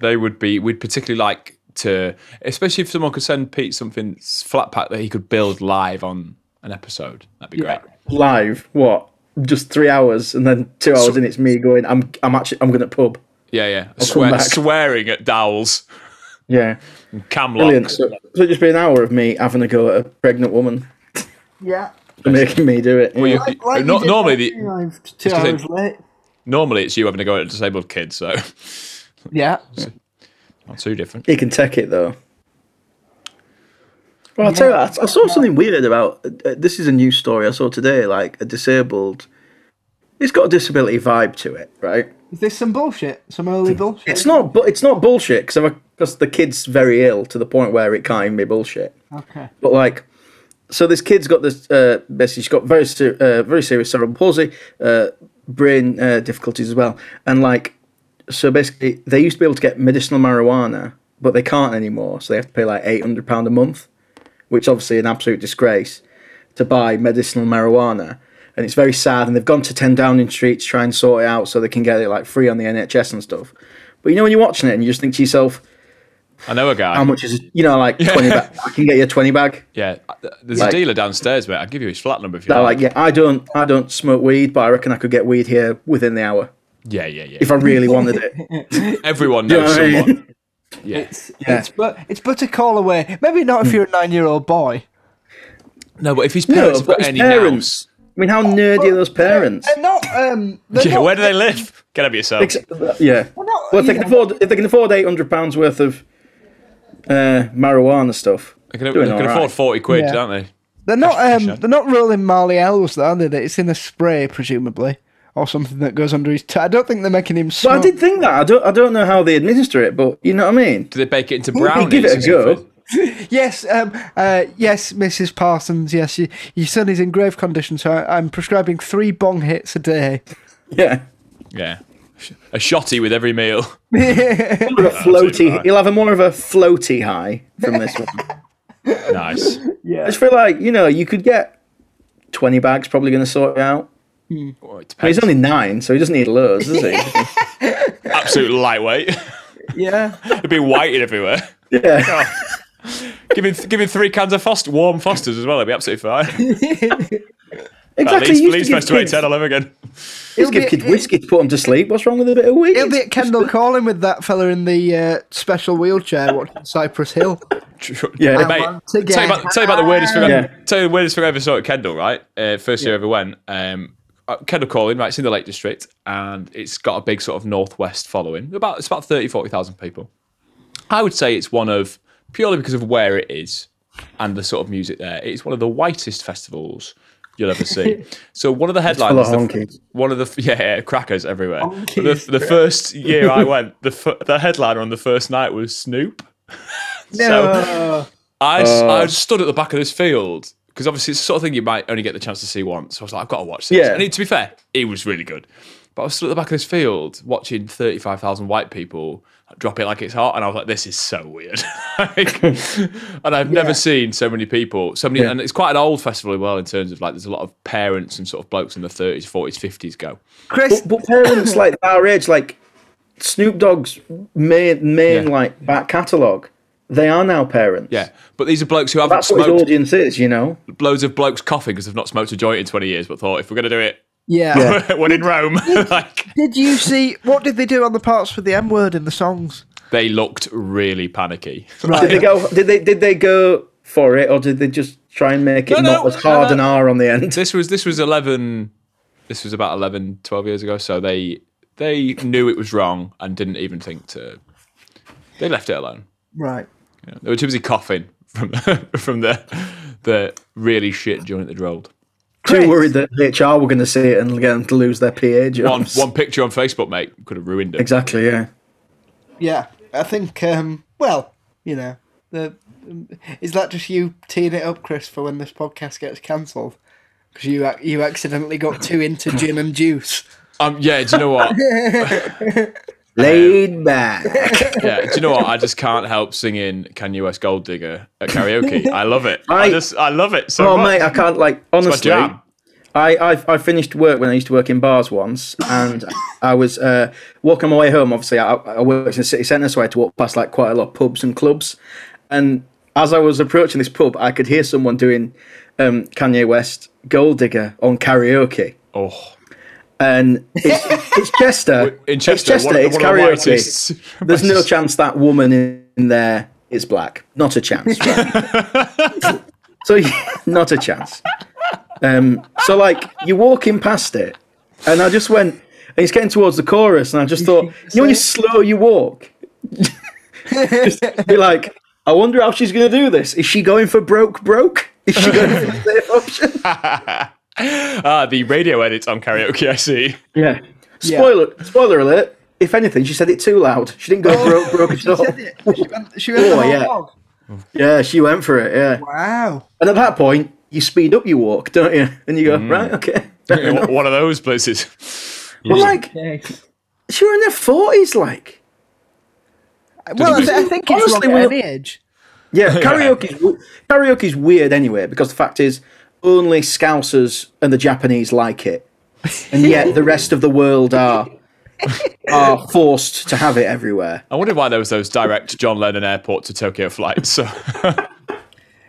B: They would be. We'd particularly like to, especially if someone could send Pete something s- flat pack that he could build live on an episode. That'd be great.
A: Live. What? Just three hours, and then two hours in. It's me going. I'm. I'm actually. I'm going to pub.
B: Yeah, yeah.
A: come
B: Swear,
A: back.
B: swearing at dowels,
A: Yeah.
B: cam
A: Brilliant.
B: locks.
A: So, so it'd just be an hour of me having a go at a pregnant woman
C: yeah.
A: for making me do it.
B: You-
A: yeah.
B: you- not- normally, the,
C: arrived two
B: I
C: hours
B: think-
C: late.
B: normally it's you having to go at a disabled kid, so
C: Yeah,
B: not too different.
A: He can take it though. Well, I'll tell you what, I, I saw something weird about uh, this. Is a new story I saw today. Like a disabled, it's got a disability vibe to it, right?
C: Is this some bullshit? Some early bullshit?
A: It's not, but it's not bullshit because because the kid's very ill to the point where it can't even be bullshit.
C: Okay.
A: But like, so this kid's got this. Uh, basically, she's got very ser- uh, very serious cerebral palsy, uh, brain uh, difficulties as well, and like, so basically, they used to be able to get medicinal marijuana, but they can't anymore. So they have to pay like eight hundred pound a month, which obviously an absolute disgrace to buy medicinal marijuana. And it's very sad, and they've gone to 10 Downing Street to try and sort it out so they can get it like free on the NHS and stuff. But you know, when you're watching it and you just think to yourself,
B: I know a guy.
A: how much is, you know, like 20 bag, I can get you a 20 bag.
B: yeah, uh, there's
A: Like-
B: a dealer downstairs, mate. I'll give you his flat number if you
A: They're
B: like.
A: like, yeah, I don't, I don't smoke weed, but I reckon I could get weed here within the hour
B: Yeah, yeah, yeah.
A: if I really wanted it.
B: Everyone knows
A: know what I mean?
B: someone. Yeah.
C: It's, it's, but, it's but a call away. Maybe not
B: Hmm.
C: if you're a nine year old boy.
B: No, but if his
A: No,
B: parents have
A: but
B: got
A: his
B: any
A: parents-
B: parents.
A: I mean, how nerdy are those parents?
C: They're not. Um, they're
B: Yeah,
C: not-
B: where do they live? Get up yourself.
A: Ex- Yeah.
C: not-
A: Well, if they can
C: yeah.
A: afford, if they can afford eight hundred pounds worth of uh, marijuana stuff,
B: They can,
A: doing
B: they can
A: all
B: afford
A: right.
B: 40 quid,
C: Yeah.
B: don't they?
C: They're not. Um,
B: Shut.
C: they're not rolling Marley elves, though, are they? That It's in a spray, presumably, or something that goes under his. T- I don't think they're making him
A: But
C: smoke.
A: I did think that I don't, I don't know how they administer it, but you know what I mean.
B: Do they bake it into
A: They
B: brownies?
A: give it a
B: or
A: go.
B: something?
C: Yes, um, uh, yes, Mrs. Parsons. Yes, you, your son is in grave condition, so I, I'm prescribing three bong hits a day.
A: Yeah.
B: Yeah. A shotty with every meal.
A: More of a floaty.
B: right.
A: He'll have a more of a floaty high from this one.
B: nice.
A: I just feel like you know you could get twenty bags, probably going to sort it out.
B: Well, it
A: But he's
B: depends.
A: only nine, so he doesn't need loads, does he?
B: Absolute lightweight.
C: Yeah,
B: It'd be whiting everywhere. Oh.
A: yeah.
B: Give him, give him three cans of Foster, warm Fosters as well. It'd be absolutely fine. At
A: Exactly.
B: least
A: you used to give
B: police festival
A: kids,
B: 10 all over again.
A: used to give
C: It'll be-
A: kids whiskey to put them to sleep. What's wrong with a bit of weed?
C: it'll be at Kendall Calling with that fella in the uh, special wheelchair watching Cypress Hill.
A: Yeah.
B: mate.
C: want
B: Tell
C: to
B: you,
C: get
B: about, tell you about the weirdest thing. I-
A: Yeah.
B: Tell you the weirdest thing I ever saw at Kendall. Right, uh, first year I ever went. Um, uh, Kendall Calling, right, it's in the Lake District, and it's got a big sort of northwest following. About it's about 30, 40,000 people. I would say it's one of purely because of where it is and the sort of music there. It's one of the whitest festivals you'll ever see. so one of the
A: full of
B: headliners,
A: honkies.
B: the, one of the yeah, yeah crackers everywhere. The, the first year I went, the f- the headliner on the first night was Snoop.
C: No.
B: I, s- I
A: Uh,
B: stood at the back of this field because obviously it's the sort of thing you might only get the chance to see once. So I was like, I've got to watch this.
A: Yeah.
B: And it- to be fair, it was really good. But I was stood at the back of this field watching 35,000 white people drop it like it's hot. And I was like, this is so weird. Like, and I've never seen so many people. So many, And it's quite an old festival as well in terms of like there's a lot of parents and sort of blokes in the 30s, 40s, 50s go.
C: Chris,
A: But parents like our age, like Snoop Dogg's main main
B: Yeah.
A: like back catalogue, they are now parents.
B: Yeah. But these are blokes who haven't
A: That's what his
B: smoked.
A: audience is, you know.
B: Loads of blokes coughing because they've not smoked a joint in 20 years, but thought if we're going to do it,
C: yeah.
B: when in Rome. like,
C: Did you see what did they do on the parts with the M word in the songs?
B: they looked really panicky.
A: Did they go? Did they? Did they go for it, or did they just try and make it
B: No,
A: not
B: no,
A: as hard
B: no,
A: an
B: no.
A: R on the end?
B: this was this was 11 this was about 11 12 years ago so they they knew it was wrong and didn't even think to they left it alone.
C: Right.
B: You know, They were too busy coughing from from the the really shit joint that they rolled.
C: Chris.
A: Too worried that HR were going to see it and get them to lose their PA
B: One
A: jobs.
B: one picture on Facebook, mate, could have ruined it.
A: Exactly. Yeah.
C: Yeah. I think um well, you know, the um, is that just you teeing it up, Chris, for when this podcast gets cancelled? Because you ac- you accidentally got too into gin and juice.
B: Um, yeah, do you know what?
A: Laid back.
B: Yeah, do you know what? I just can't help singing Kanye West Gold Digger at karaoke. I love it. I,
A: I-
B: just I love it so
A: Oh
B: much.
A: mate, I can't like honestly.
B: jam.
A: I, I I finished work when I used to work in bars once, and I was uh, walking my way home. Obviously, I, I worked in the city centre, so I had to walk past like quite a lot of pubs and clubs. And as I was approaching this pub, I could hear someone doing um, Kanye West "Gold Digger" on karaoke,
B: Oh.
A: and it's, it's Chester.
B: In Chester,
A: it's Chester.
B: one of the-
A: it's
B: one of the
A: karaoke.
B: whitest-
A: There's no chance that woman in, in there is black. Not a chance. right? so, yeah, not a chance. Um, so, like, you're walking past it, and I just went, and it's getting towards the chorus, and I just thought, you know, when you slow your walk, just be like, I wonder how she's going to do this. Is she going for broke, broke? Is she going for the safe option?
B: Ah, the radio edits on karaoke. I see.
A: Yeah. Spoiler spoiler alert. If anything, she said it too loud. She didn't go broke, broke at
C: Oh. She
A: all.
C: said it. She went, she went the
A: Oh,
C: whole
A: yeah.
C: hog.
A: Yeah, she went for it. Yeah.
C: Wow.
A: And at that point, you speed up your walk, don't you? And you go right, okay.
B: Yeah, one- One of those places.
A: But like, she were in her forties, like.
C: Well, I, th- I think it's
A: Honestly,
C: wrong
A: we-
C: at any age.
A: Yeah, karaoke. Karaoke's weird anyway because the fact is, only Scousers and the Japanese like it, and yet the rest of the world are are forced to have it everywhere.
B: I wondered why there was those direct John Lennon Airport to Tokyo flights. So. It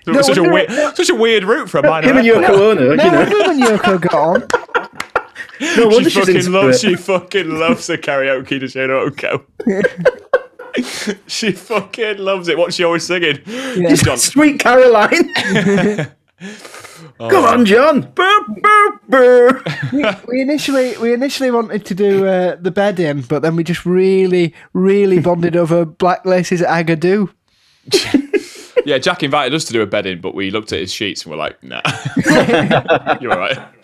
C: No
B: was such a
C: wonder-
B: weird, such a weird route for a minor.
A: Him and
B: airport.
A: Yoko Ono,
C: No
A: you know.
C: wonder when Yoko got on.
A: No wonder
B: she
A: she's
B: fucking
A: into
B: loves.
A: it.
B: She fucking loves the karaoke to Shano Oko. she fucking loves it. What's she always singing? John,
A: Sweet Caroline. Come on, John. Boop, boop, boop.
C: We initially we initially wanted to do uh, the bed in, but then we just really really bonded over Black Lace's Agadoo.
B: yeah, Jack invited us to do a bed in, but we looked at his sheets and we're like, nah. You're all right.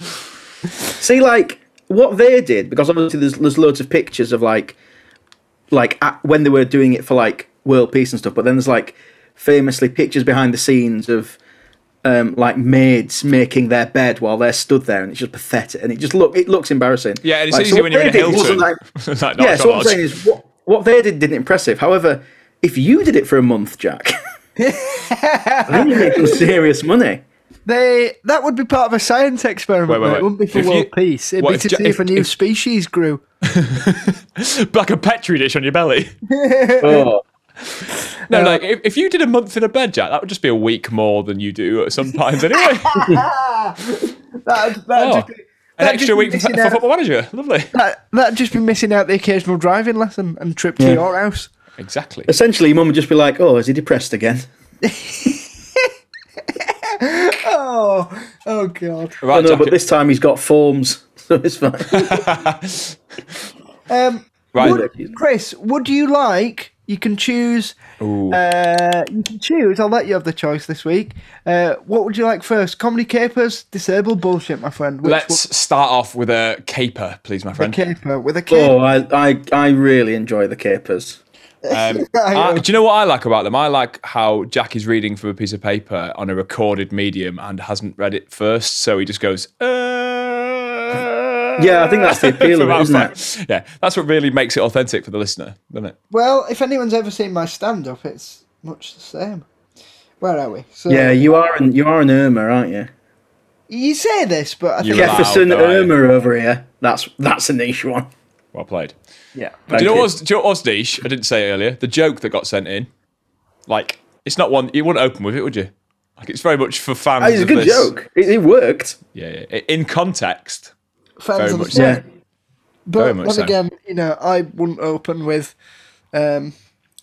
A: See, like what they did, because obviously there's there's loads of pictures of like, like at, when they were doing it for like world peace and stuff. But then there's like famously pictures behind the scenes of. Um, like maids making their bed while they're stood there, and it's just pathetic, and it just look it looks embarrassing.
B: Yeah, and it's
A: Like, so
B: easy
A: what
B: when you're in a
A: they did wasn't,
B: Hilton.
A: like-
B: It's like,
A: yeah,
B: not
A: so what I'm
B: Charles.
A: saying is what, what they did didn't impressive. However, if you did it for a month, Jack, then you make some serious money.
C: They that would be part of a science
B: Wait,
C: experiment.
B: wait,
C: mate.
B: wait.
C: It wouldn't be for
B: If you-
C: world peace. It'd
B: what
C: be
B: if
C: to
B: Ja-
C: see if,
B: if-
C: a new
B: if-
C: species grew.
B: like a petri dish on your belly.
A: Oh,
B: No, like if, if you did a month in a bed, Jack, that would just be a week more than you do sometimes anyway.
C: That that
B: Oh,
C: just be,
B: An
C: that'd just be
B: extra week for,
C: missing
B: for
C: out-
B: football manager. Lovely.
C: that, that'd just be missing out the occasional driving lesson and trip to
A: Yeah.
C: your house.
B: Exactly.
A: essentially, your mum would just be like, "Oh, is he depressed again?"
C: Oh, oh god.
A: Oh,
B: Right,
A: no,
B: Jack,
A: but this time he's got forms, so it's fine.
C: Um,
B: right.
C: would, Chris, would you like? You can choose. Uh, you can choose. I'll let you have the choice this week. Uh, what would you like first? Comedy capers, disabled bullshit, my friend. Which
B: Let's start off with a caper, please, my
C: one-
B: friend.
C: caper with a caper.
A: oh, I, I, I really enjoy the capers.
B: Um,
C: I
B: I-
C: know.
B: do you know what I like about them? I like how Jack is reading from a piece of paper on a recorded medium and hasn't read it first, so he just goes. Uh,
A: Yeah, I think that's the appeal of it, isn't it?
B: Yeah, that's what really makes it authentic for the listener, doesn't it?
C: Well, if anyone's ever seen my stand-up, it's much the same. Where are we? So,
A: Yeah, you are an you are an Irma, aren't you?
C: you say this, but I think
B: You're allowed,
A: Jefferson
B: though, aren't you?
A: Irma over here. That's that's a niche one.
B: Well played.
A: Yeah.
B: Do you, know what's, do you know what was niche? I didn't say it earlier. The joke that got sent in, like it's not one you wouldn't open with it, would you? Like it's very much for fans.
A: It's a
B: of
A: good
B: this.
A: joke. It, it worked.
B: Yeah, yeah. I- In context,
C: fans
B: very
C: of the
B: much
C: show.
A: Yeah.
C: But
B: very much
C: then
B: so.
C: again, you know, I wouldn't open with um,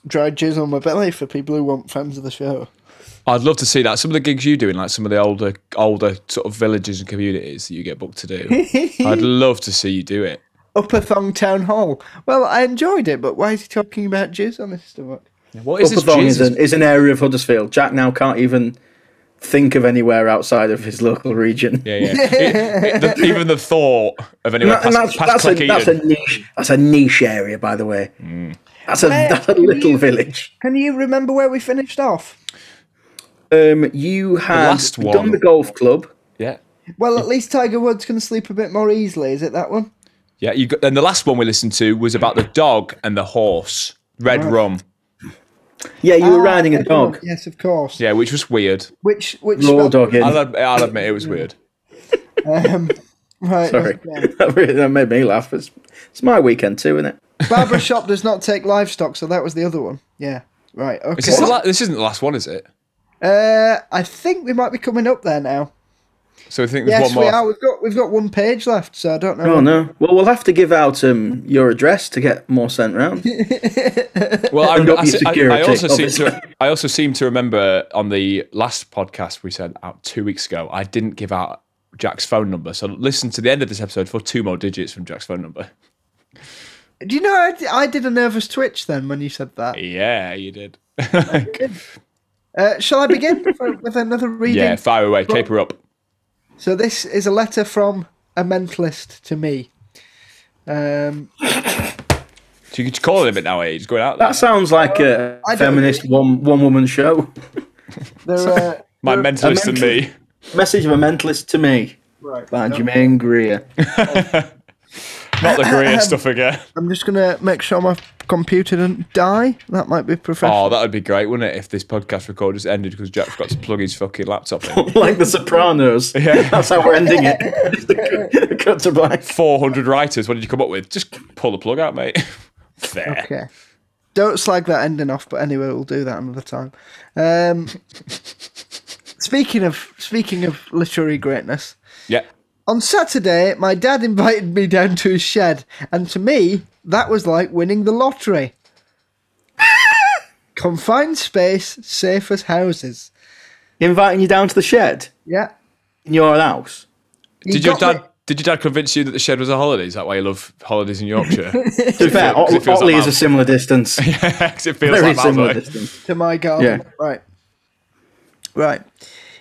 C: dried jizz on my belly for people who weren't fans of the show.
B: I'd love to see that. Some of the gigs you do in like some of the older, older sort of villages and communities that you get booked to do. I'd love to see you do it.
C: Upper Thong Town Hall. Well, I enjoyed it, but why is he talking about jizz on his stomach?
B: What is this?
A: Upperthong is
B: Jesus?
A: an, is an area of Huddersfield. Jack now can't even think of anywhere outside of his local region.
B: Yeah, yeah. It- it- the- even the thought of anywhere
A: And
B: past,
A: that's, that's,
B: past
A: a,
B: Cleckheaton.
A: that's a niche. That's a niche area, by the way.
B: Mm.
A: That's a that's a
C: can
A: little
C: you-
A: village.
C: Can you remember where we finished off?
A: Um, you had
B: last one.
A: done the golf club.
B: yeah,
C: Well, at least Tiger Woods can sleep a bit more easily. Is it that one?
B: yeah. You got, and the last one we listened to was about the dog and the horse, Red Rum.
A: Yeah, you were
C: Ah,
A: riding a
C: Red Rum.
A: dog.
C: Yes, of course.
B: Yeah, which was weird.
C: Which which
A: Raw
C: spelled-
A: dog in.
B: I'll, ad- I'll admit it was weird.
C: Um, right.
A: Sorry,
C: okay.
A: that, really, that made me laugh. It's, it's my weekend too, isn't it?
C: Barbara Shop does not take livestock, so that was the other one. Yeah. Right.
B: Is this,
C: Okay.
B: the la- this isn't the last one, is it?
C: Uh, I think we might be coming up there now.
B: So I think there's
C: Yes,
B: one
C: we
B: more.
C: are. We've got we've got one page left, so I don't know.
A: Oh no. Well, we'll have to give out um, your address to get more sent round.
B: Well, I,
A: And
B: I,
A: not be
B: se- I- I
A: security,
B: also seem
A: obviously.
B: to I also seem to remember on the last podcast we sent out two weeks ago, I didn't give out Jack's phone number. So listen to the end of this episode for two more digits from Jack's phone number.
C: Do you know I, d- I did a nervous twitch then when you said that?
B: Yeah, you did.
C: Uh, shall I begin for, with another reading?
B: Yeah, fire away, cape her up.
C: So this is a letter from a mentalist to me. Um,
B: So you could call him it now, eh? He's going out there.
A: That sounds like
B: Uh,
A: a
C: I don't-
A: feminist one one woman show.
C: there are
B: My
C: there-
B: mentalist and me.
A: Message of a mentalist to me
C: Right,
A: by
C: no,
A: Jermaine Greer.
B: Not the Greer stuff again.
C: I'm just gonna make sure my computer doesn't die. That might be professional.
B: Oh, that would be great, wouldn't it, if this podcast record just ended because Jack forgot to plug his fucking laptop in.
A: like The Sopranos.
B: Yeah.
A: That's how we're ending it. Cut to black.
B: 400 writers, what did you come up with? Just pull the plug out, mate. Fair.
C: Okay. Don't slag that ending off, but anyway, we'll do that another time. Um, speaking of speaking of literary greatness,
B: Yeah.
C: on Saturday, my dad invited me down to his shed, and to me, that was like winning the lottery. Confined space, safe as houses.
A: Inviting you down to the shed
C: Yeah.
A: in your house.
C: He
B: Did your
C: got
B: dad
C: me-
B: did your dad convince you that the shed was a holiday? Is that why you love holidays in Yorkshire?
A: To be fair,
B: feels- 'cause it feels
A: Otley
B: like
A: is a
B: mine.
A: similar distance.
B: Because it feels
A: Very
B: like that,
A: similar
B: though.
A: distance.
C: to my garden.
A: Yeah.
C: Right. Right.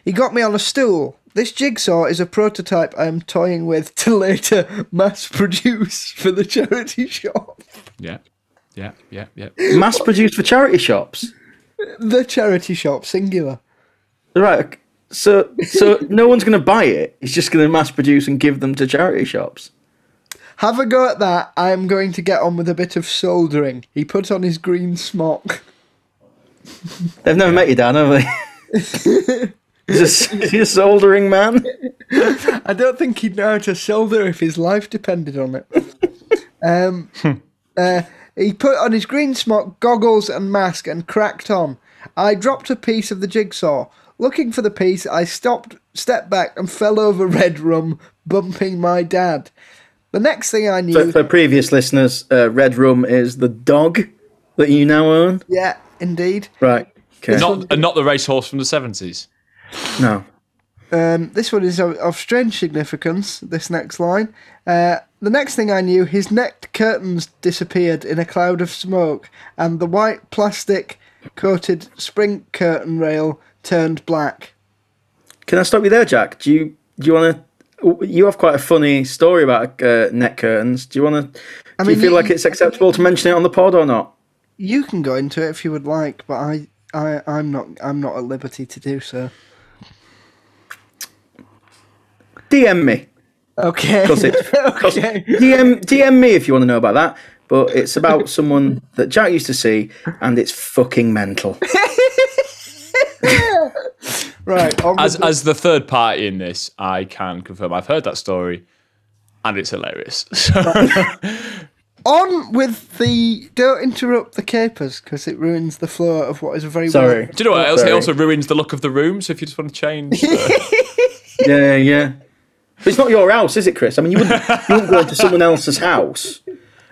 C: He got me on a stool. This jigsaw is a prototype I am toying with to later mass produce for the charity shop.
B: Yeah. Yeah, yeah, yeah.
A: Mass produced for charity shops.
C: The charity shop, singular.
A: Right. So so no one's going to buy it. It's just going to mass produce and give them to charity shops.
C: Have a go at that. I am going to get on with a bit of soldering. He put on his green smock.
A: They've never met you, Dan, have they? He's a, he's a soldering man.
C: I don't think he'd know how to solder if his life depended on it. um, uh, he put on his green smock, goggles, and mask and cracked on. I dropped a piece of the jigsaw. Looking for the piece, I stopped, stepped back, and fell over red rum, bumping my dad. The next thing I
A: For,
C: knew,
A: for previous listeners, uh, Red Rum is the dog that you now own.
C: yeah, indeed.
A: Right. Okay.
B: Not and not the racehorse from the seventies.
A: no.
C: Um, this one is of, of strange significance. This next line. Uh, the next thing I knew, his neck curtains disappeared in a cloud of smoke, and the white plastic coated spring curtain rail turned black.
A: Can I stop you there, Jack? Do you do you want to? You have quite a funny story about uh, net curtains. Do you want to? do
C: mean,
A: you feel
C: you-
A: like it's acceptable to mention it on the pod or not?
C: You can go into it if you would like, but I, I, I'm not, I'm not at liberty to do so.
A: DM me.
C: Okay.
A: Does it?
C: okay.
A: DM DM me if you want to know about that. But it's about someone that Jack used to see, and it's fucking mental.
C: Right. on with
B: As
C: the-
B: as the third party in this, I can confirm I've heard that story and it's hilarious. So,
C: on with the. Don't interrupt the capers because it ruins the flow of what is a very.
A: Sorry.
B: do you know what else? It
A: Sorry.
B: also ruins the look of the room, so if you just want to change
A: Yeah, yeah. But it's not your house, is it, Chris? I mean, you wouldn't, you wouldn't go into someone else's house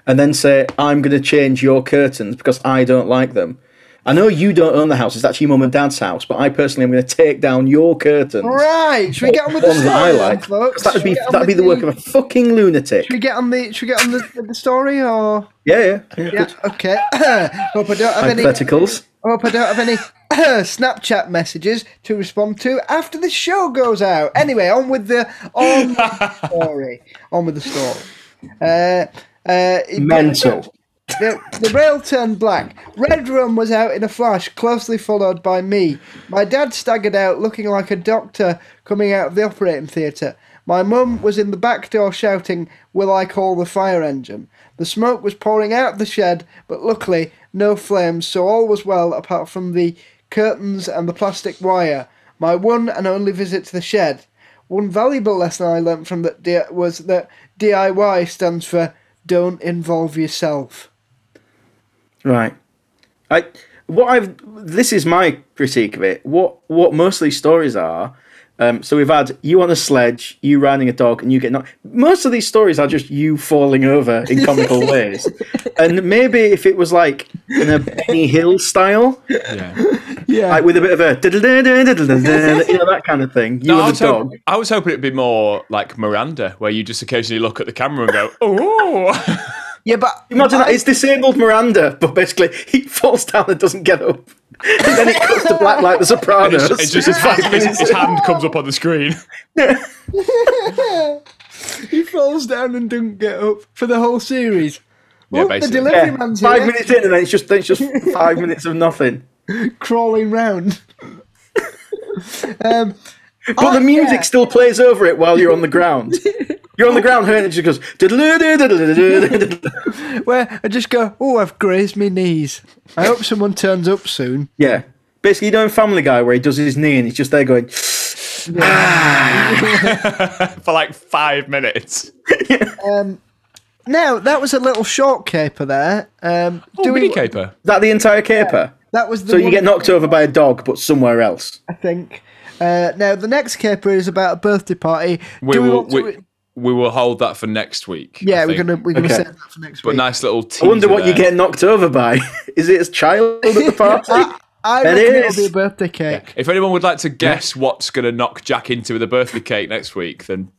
A: and then say, I'm going to change your curtains because I don't like them. I know you don't own the house, it's actually your mum and dad's house, but I personally am going to take down your curtains.
C: Right, should we get on with the
A: Ones
C: story,
A: that I
C: then,
A: like. 'cause
C: folks?
A: That would
C: Should we
A: be,
C: get on
A: that'd be
C: with
A: the work of a fucking lunatic.
C: Should we get on the? Should we get on the, the story or?
A: Yeah, yeah. yeah,
C: Yeah.
A: good.
C: Okay. hope I don't have any.
A: Hypotheticals.
C: Hope I don't have any Snapchat messages to respond to after this show goes out. Anyway, on with the on with the story. On with the story. Uh, uh, it-
A: Mental.
C: the, the rail turned black. Red Rum was out in a flash, closely followed by me. My dad staggered out looking like a doctor coming out of the operating theatre. My mum was in the back door shouting, Will I call the fire engine? The smoke was pouring out of the shed, but luckily no flames, so all was well apart from the curtains and the plastic wire. My one and only visit to the shed. One valuable lesson I learnt from that di- was that DIY stands for don't involve yourself.
A: Right. I what I've this is my critique of it. What what most of these stories are. Um, so we've had you on a sledge, you riding a dog, and you get knocked. Most of these stories are just you falling over in comical ways. And maybe if it was like in a Benny Hill style,
B: Yeah.
C: Yeah.
A: like with a bit of a diddle-da-da-diddle-da-da, you know that kind of thing. You
B: No, I,
A: on a
B: was hoping,
A: dog.
B: I was hoping it'd be more like Miranda, where you just occasionally look at the camera and go, "Oh,
C: yeah, but
A: Imagine that it's disabled Miranda, but basically he falls down and doesn't get up. And then it cuts to black like The Sopranos.
B: It's, it's just his, his, his hand comes up on the screen.
C: he falls down and doesn't get up for the whole series.
B: Yeah,
C: Oh, the
B: basically.
C: delivery
A: Yeah,
C: man's
A: five
C: here,
A: minutes in, and then it's just then it's just five minutes of nothing.
C: crawling round.
A: But the music
C: yeah.
A: still plays over it while you're on the ground. You're on the ground, and it just goes. "Diddle-oo-diddle-oo-diddle-oo-diddle-oo."
C: Where I just go, oh, I've grazed my knees. I hope someone turns up soon.
A: Yeah, basically, you know, in Family Guy where he does his knee and he's just there going.
B: for like five minutes.
C: Now that was a little short caper there. Um,
B: Oh,
C: do we-
B: mini caper.
A: Is that the entire caper?
C: That was the
A: So you
C: one
A: get knocked over by a dog, but somewhere else.
C: I think. Uh, now the next caper is about a birthday party.
B: We
C: do we
B: will
C: want to?
B: we, we will hold that for next week. I
C: yeah, we're
B: think.
C: gonna we're gonna
A: Okay.
C: save that for next
B: But
C: week.
B: nice little.
A: I wonder what you
B: there.
A: get knocked over by. Is it a child at the party?
C: I
A: That
C: reckon
A: is-
C: it'll be a birthday cake.
B: If anyone would like to guess what's going to knock Jack into with a birthday cake next week, then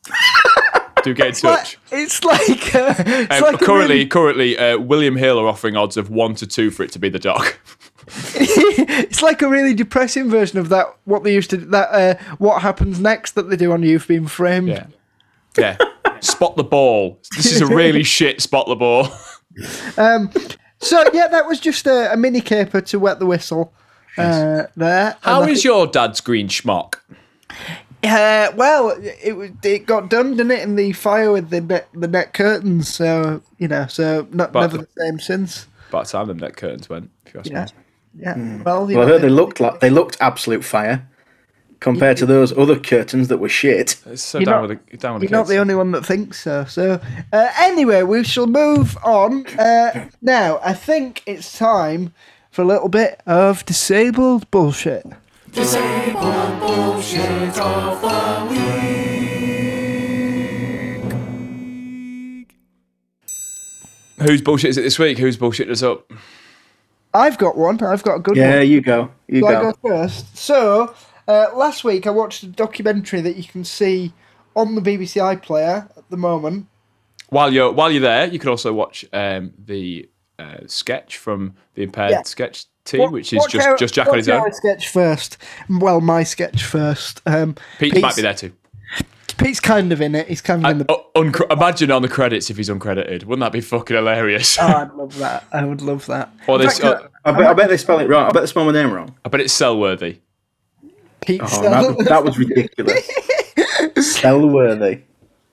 B: do get in touch.
C: But it's like uh, it's
B: Um,
C: like a
B: currently,
C: really-
B: currently, uh, William Hill are offering odds of one to two for it to be the dog.
C: it's like a really depressing version of that. What they used to that uh, what happens next that they do on You've Been Framed.
B: Yeah, yeah. spot the ball. This is a really shit spot the ball.
C: So yeah, that was just a, a mini caper to wet the whistle. Uh, there.
B: How
C: And I
B: is your dad's green schmuck?
C: Uh, well, it was- it got done, didn't it, in the fire with the net, the net curtains. So you know, so not
B: But
C: never
B: the-
C: the same since.
B: By the time the net curtains went, if you ask
C: Yeah,
B: me.
C: yeah. Well, you
A: Well, I
C: know,
A: heard they looked like they looked absolute fire compared to those other curtains that were shit.
B: It's so
C: You're
B: down
C: not-
B: with the down with the
C: You're not the
B: kids.
C: only one that thinks so. So uh, anyway, we shall move on uh, now. I think it's time for a little bit of disabled bullshit.
B: Whose bullshit is it this week? Whose bullshit is up?
C: I've got one. I've got a good one.
A: Yeah, you go, you
C: Do I go
A: go.
C: first? So, uh, last week I watched a documentary that you can see on the BBC iPlayer at the moment.
B: While you're while you're there, you can also watch um, the uh, sketch from the impaired
C: Yeah.
B: sketch team, which is just
C: our-
B: just Jack on his
C: watch
B: own.
C: our sketch first. Well, my sketch first. Um,
B: Pete might be there too.
C: Pete's kind of in it. He's kind of in the.
B: Uh, uncre- imagine on the credits if he's uncredited. Wouldn't that be fucking hilarious?
C: Oh, I'd love that. I would love that.
B: or
C: In
B: this,
C: fact,
B: uh,
A: I bet, I bet they spell it wrong. I bet they spell my name wrong.
B: I bet it's Sellworthy.
C: Pete
A: Oh, that, that was ridiculous. Spellworthy.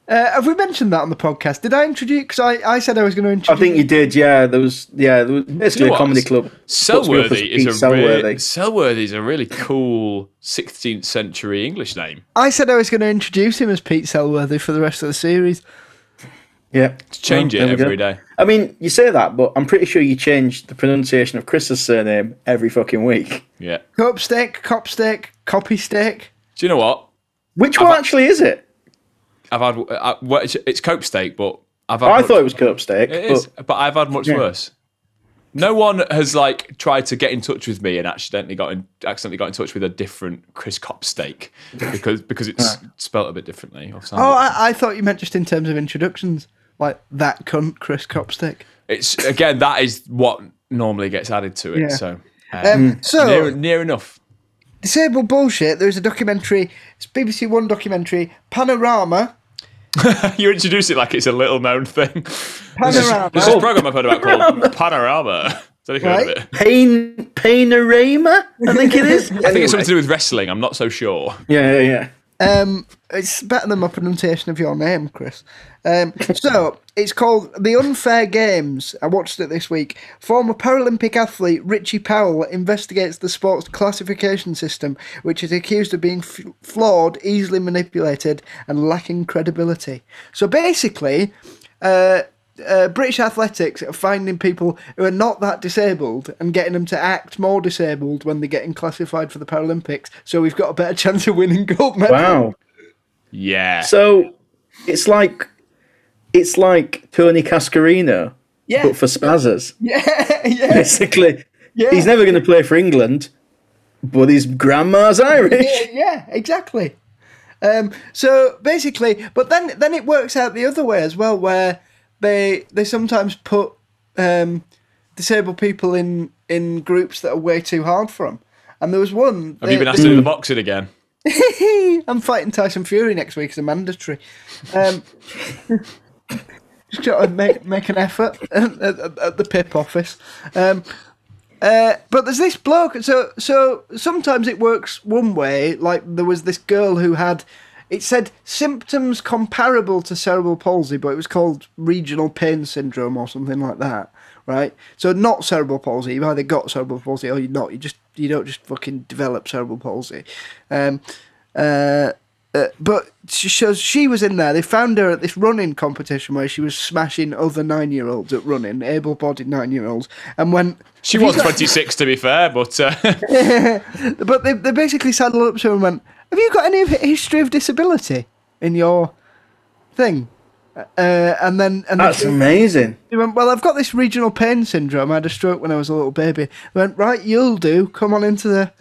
C: uh, have we mentioned that on the podcast? Did I introduce? Because I, I said I was going to
A: I
C: introduce.
A: think you did. Yeah, there was. Yeah, there was basically
B: You know
A: a
B: what?
A: comedy club. puts me up as
B: Sellworthy is
A: Pete
B: a really,
A: Sellworthy.
B: Sellworthy is a really cool 16th century English name.
C: I said I was going to introduce him as Pete Selworthy for the rest of the series.
A: Yeah,
B: Change
A: Well,
B: it
A: there we go.
B: every day.
A: I mean, you say that, but I'm pretty sure you change the pronunciation of Chris's surname every fucking week.
B: Yeah.
C: Copstick, copstick, copy stick.
B: Do you know what?
A: Which one actually is it?
B: I've had I, well, it's, it's cope steak, but I've had
A: I
B: much-
A: thought it was Cope Steak.
B: It is, but I've had much worse. No one has like tried to get in touch with me and accidentally got in, accidentally got in touch with a different Chris Cop steak because because it's spelt a bit differently. Or something.
C: Oh, I, I thought you meant just in terms of introductions, like that cunt Chris Copstick.
B: it's again that is what normally gets added to it.
C: Yeah.
B: So uh,
C: Um, so
B: near, near enough.
C: disabled bullshit. There is a documentary. It's BBC One documentary, Panorama.
B: you introduce it like it's a little known thing.
C: Panorama.
B: There's this program I've heard about called Panorama. Don't know if you heard of
C: Right.
B: it.
A: Pain Painorama, I think it is.
B: I think it's something to do with wrestling. I'm not so sure.
A: Yeah, yeah, yeah.
C: Um, it's better than my pronunciation of your name, Chris. Um, so it's called The Unfair Games. I watched it this week. Former Paralympic athlete Richie Powell investigates the sport's classification system, which is accused of being f- flawed, easily manipulated, and lacking credibility. So basically, uh, uh, British athletics are finding people who are not that disabled and getting them to act more disabled when they're getting classified for the Paralympics. So we've got a better chance of winning gold medals.
A: Wow.
B: Yeah.
A: So it's like it's like Tony Cascarino,
C: Yeah.
A: but for spazzers.
C: yeah, yeah,
A: Basically,
C: Yeah.
A: he's never going to play for England, but his grandma's Irish.
C: yeah, yeah, exactly. Um, so basically, but then then it works out the other way as well, where they they sometimes put um, disabled people in in groups that are way too hard for them. And there was one.
B: Have you been asked to do the boxing again?
C: I'm fighting Tyson Fury next week as a mandatory. Um, just got to make, make an effort at, at, at the PIP office. Um, uh, but there's this bloke. So so sometimes it works one way. Like there was this girl who had. It said symptoms comparable to cerebral palsy, but it was called regional pain syndrome or something like that, right? So not cerebral palsy. You either got cerebral palsy or you're not. You just you don't just fucking develop cerebral palsy. Um, uh, uh, but she shows she was in there. They found her at this running competition where she was smashing other nine-year-olds at running, able-bodied nine-year-olds, and when
B: She was 26, to be fair, but uh,
C: but they they basically saddled up to her and went, "Have you got any of- history of disability in your thing?" Uh, and then and then
A: That's amazing.
C: He went, Well, I've got this regional pain syndrome. I had a stroke when I was a little baby. I went, Right, you'll do. Come on into the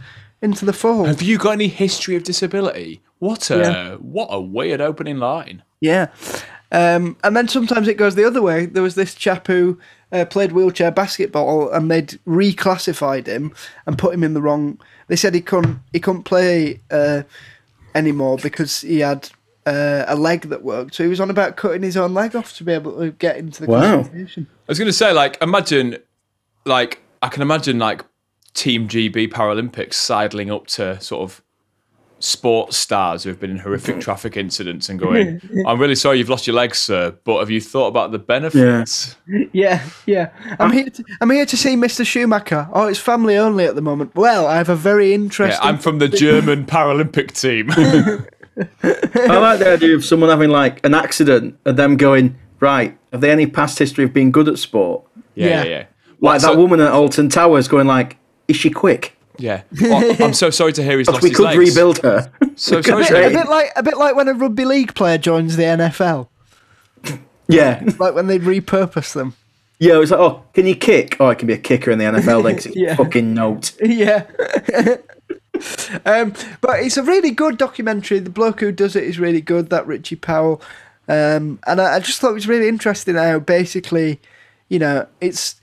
C: into the fold.
B: have you got any history of disability? What a
C: Yeah.
B: what a weird opening line.
C: Yeah. Um, and then sometimes it goes the other way. There was this chap who uh, played wheelchair basketball, and they'd reclassified him and put him in the wrong. They said he couldn't he couldn't play uh, anymore because he had uh, a leg that worked. So he was on about cutting his own leg off to be able to get into the
A: Wow.
C: classification.
B: I was going to say, like, imagine, like, I can imagine, like, Team GB Paralympics sidling up to sort of sports stars who have been in horrific traffic incidents and going, I'm really sorry you've lost your legs, sir, but have you thought about the benefits?
C: Yeah, yeah. I'm here. To, I'm here to see Mr. Schumacher. Oh, it's family only at the moment. Well, I have a very
B: Yeah,
C: interesting.
B: I'm from the German Paralympic team.
A: I like the idea of someone having like an accident and them going, right, have they any past history of being good at sport?
B: yeah, yeah.
C: Yeah.
B: yeah.
A: Like
B: So-
A: that woman at Alton Towers going like, is she quick?
B: Yeah. Oh, I'm so sorry to hear he's lost
A: We
B: his
A: could
B: legs.
A: rebuild her.
B: So
A: We could
B: sorry to
C: a, bit, a
B: hear-
A: train.
C: bit like a bit like when a rugby league player joins the NFL,
A: Yeah.
C: like when they repurpose them.
A: Yeah, it was like, oh, can you kick? Oh, I can be a kicker in the NFL then 'cause it's
C: Yeah.
A: fucking note.
C: yeah. um, but it's a really good documentary. The bloke who does it is really good. That Richie Powell, um, and I, I just thought it was really interesting how basically, you know, it's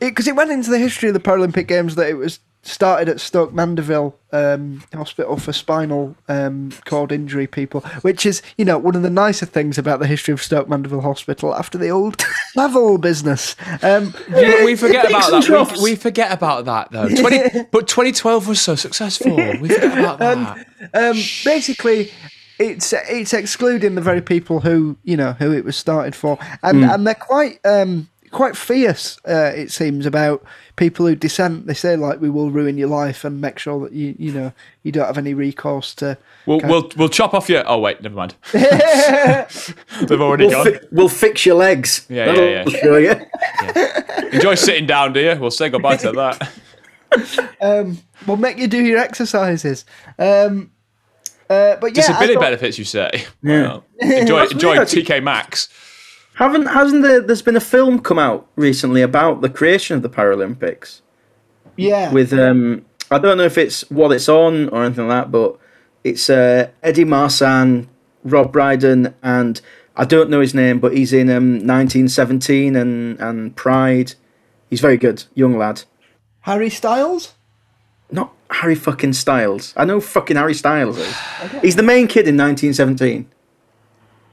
C: because it, went into the history of the Paralympic Games that it was started at Stoke Mandeville um, Hospital for spinal um, cord injury people, which is you know one of the nicer things about the history of Stoke Mandeville Hospital after the old Savile business. Um,
B: But we forget
A: Peaks
B: about
A: and
B: that.
A: troughs.
B: We, we forget about that though. 20, but 2012 was so successful. We forget about that.
C: um, basically it's it's excluding the very people who you know who it was started for
A: Hmm.
C: and and they're quite um quite fierce uh, it seems about people who dissent they say like we will ruin your life and make sure that you you know you don't have any recourse to
B: We'll, we'll we'll chop off your. Oh wait, never mind. They've already
A: We'll,
B: gone.
A: fi- we'll fix your legs.
B: Yeah, yeah,
A: That'll
B: yeah.
A: show you.
B: Enjoy sitting down, dear. We'll say goodbye to that.
C: we'll make you do your exercises um uh, but yeah, I
B: Disability
C: thought-
B: benefits, you say? Well, enjoy enjoy
A: weird.
B: TK Maxx.
A: Haven't hasn't there? There's been a film come out recently about the creation of the Paralympics
C: yeah,
A: with um. I don't know if it's what it's on or anything like that, but it's uh, Eddie Marsan, Rob Brydon, and I don't know his name, but he's in um 1917 and and Pride. He's very good, young lad.
C: Harry Styles.
A: Not Harry fucking Styles. I know fucking Harry Styles is. He's the main kid in 1917.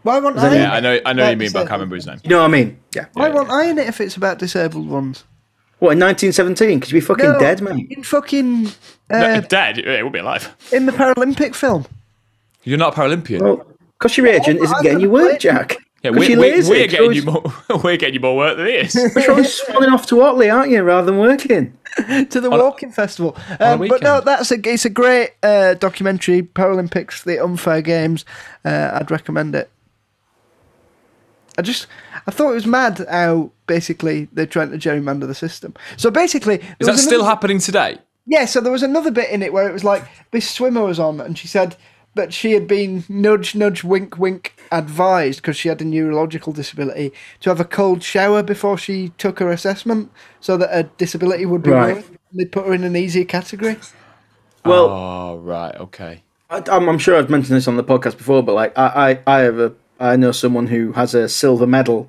C: Why won't
A: that
C: I?
A: it?
C: in
B: Yeah, I
C: it?
B: know I know what you mean,
C: About
B: but I can't
C: disabled.
B: remember his name.
A: You know what I mean? Yeah.
C: Why won't I in it if it's about disabled ones?
A: What in 1917? Could you be fucking
C: No,
A: dead, mate?
C: In fucking
B: No,
C: uh,
B: dead. It will be alive.
C: in the Paralympic film.
B: You're not a Paralympian.
A: Well, because your agent isn't
C: I'm
A: getting you
C: gonna
A: work,
C: play-
A: Jack.
B: yeah,
A: 'Cause
B: we're,
A: you're
B: we're,
A: lazy.
B: we're getting you
A: You're
B: more. we're getting you more work than this.
A: always- You're always swanning off to Otley, aren't you, rather than working?
C: to the walking festival. Um, but no,
B: weekend.
C: that's a it's a great uh, documentary. Paralympics, the unfair games. Uh, I'd recommend it. I just I thought it was mad how basically they're trying to gerrymander the system. So basically, there
B: Is
C: was
B: that still
C: another-
B: happening today?
C: Yeah, so there was another bit in it where it was like this swimmer was on, and she said that she had been nudge, nudge, wink, wink advised because she had a neurological disability to have a cold shower before she took her assessment, so that her disability would be
A: Right.
C: lower. They put her in an easier category.
A: Well,
B: Oh right, okay.
A: I, I'm, I'm sure I've mentioned this on the podcast before, but like I, I, I have a, I know someone who has a silver medal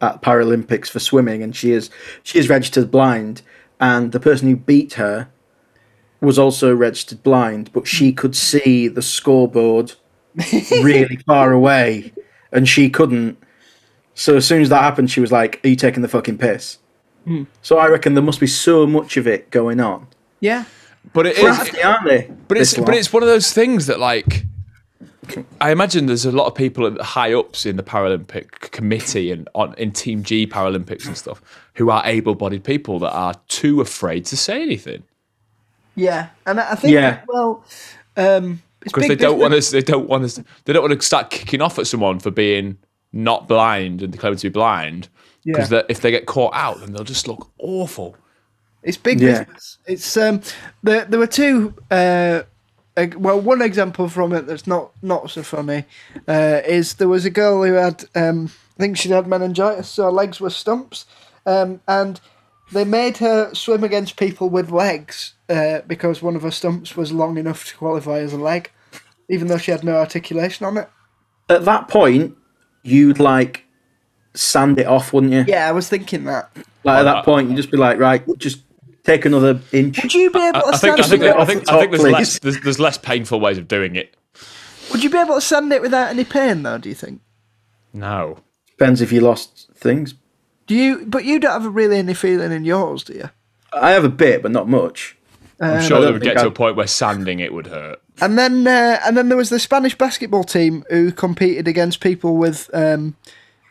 A: at Paralympics for swimming, and she is she is registered blind, and the person who beat her was also registered blind, but she could see the scoreboard really far away, and she couldn't. So as soon as that happened, she was like, "Are you taking the fucking piss?"
B: Hmm.
A: So I reckon there must be so much of it going on.
C: Yeah.
B: But it is.
A: Crafty, aren't they?
B: But it's
A: this lot?
B: but it's one of those things that like I imagine there's a lot of people at the high ups in the Paralympic committee and on in Team G Paralympics and stuff who are able-bodied people that are too afraid to say anything
C: Yeah. And I I think,
A: Yeah.
C: well, um,
B: because they don't want to they don't want to they don't want to start kicking off at someone for being not blind and declared to be blind
C: Yeah.
B: because if they get caught out then they'll just look awful.
C: It's big
A: Yeah.
C: business. It's um, there. There were two. Uh, eg- well, one example from it that's not not so funny uh, is there was a girl who had um, I think she'd had meningitis, so her legs were stumps, um, and they made her swim against people with legs uh, because one of her stumps was long enough to qualify as a leg, even though she had no articulation on it.
A: at that point, you'd like sand it off, wouldn't you?
C: Yeah, I was thinking that.
A: Like at
B: Uh,
A: that point, you'd just be like, right, just take another
C: Would
A: inch.
C: you be able
B: I
C: to
B: think
C: stand
B: I think
C: it?
B: I think, I think there's
A: Please.
B: less there's, there's less painful ways of doing it.
C: Would you be able to stand it without any pain though? Do you think?
B: No.
A: Depends if you lost things.
C: Do you? But you don't have really any feeling in yours, do you?
A: I have a bit, but not much.
B: I'm
A: Uh, I
B: sure they
A: don't
B: would
A: think
B: get to
A: I-
B: a point where sanding it would hurt.
C: And then, uh, and then there was the Spanish basketball team who competed against people with um,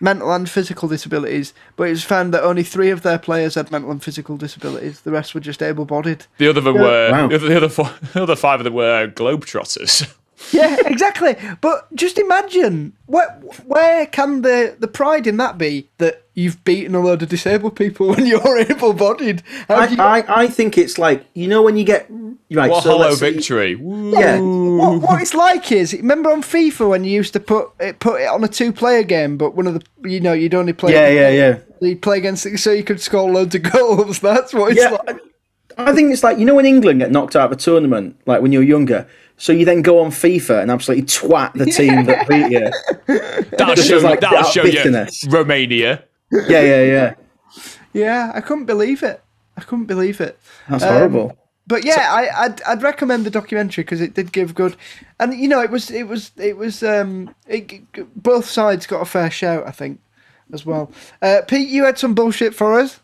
C: mental and physical disabilities. But it was found that only three of their players had mental and physical disabilities. The rest were just able-bodied.
B: The other them were
A: Wow.
B: the other the other, four, the other five of them were globetrotters.
C: Yeah, exactly. But just imagine where where can the, the pride in that be that you've beaten a load of disabled people when you're able-bodied? How do you,
A: I, I, I think it's like you know when you get right.
B: What a
A: so
B: hollow
A: let's say-
B: victory! Woo.
A: Yeah,
C: what, what it's like is remember on FIFA when you used to put it put it on a two-player game, but one of the you know you'd only play
A: yeah, yeah, yeah.
C: You play against it so you could score loads of goals. That's what it's
A: Yeah,
C: like.
A: I think it's like you know when England get knocked out of a tournament, like when you're younger. So you then go on FIFA and absolutely twat the team that beat you.
B: That'll
A: This
B: show,
A: is like
B: that'll show you
A: bitterness.
B: Romania.
A: Yeah, yeah, yeah.
C: Yeah, I couldn't believe it. I couldn't believe it.
A: That's horrible.
C: But yeah, I, I'd I'd recommend the documentary because it did give good, and you know it was it was it was um it, g- g- both sides got a fair shout I think, as well. Uh, Pete, you had some bullshit for us.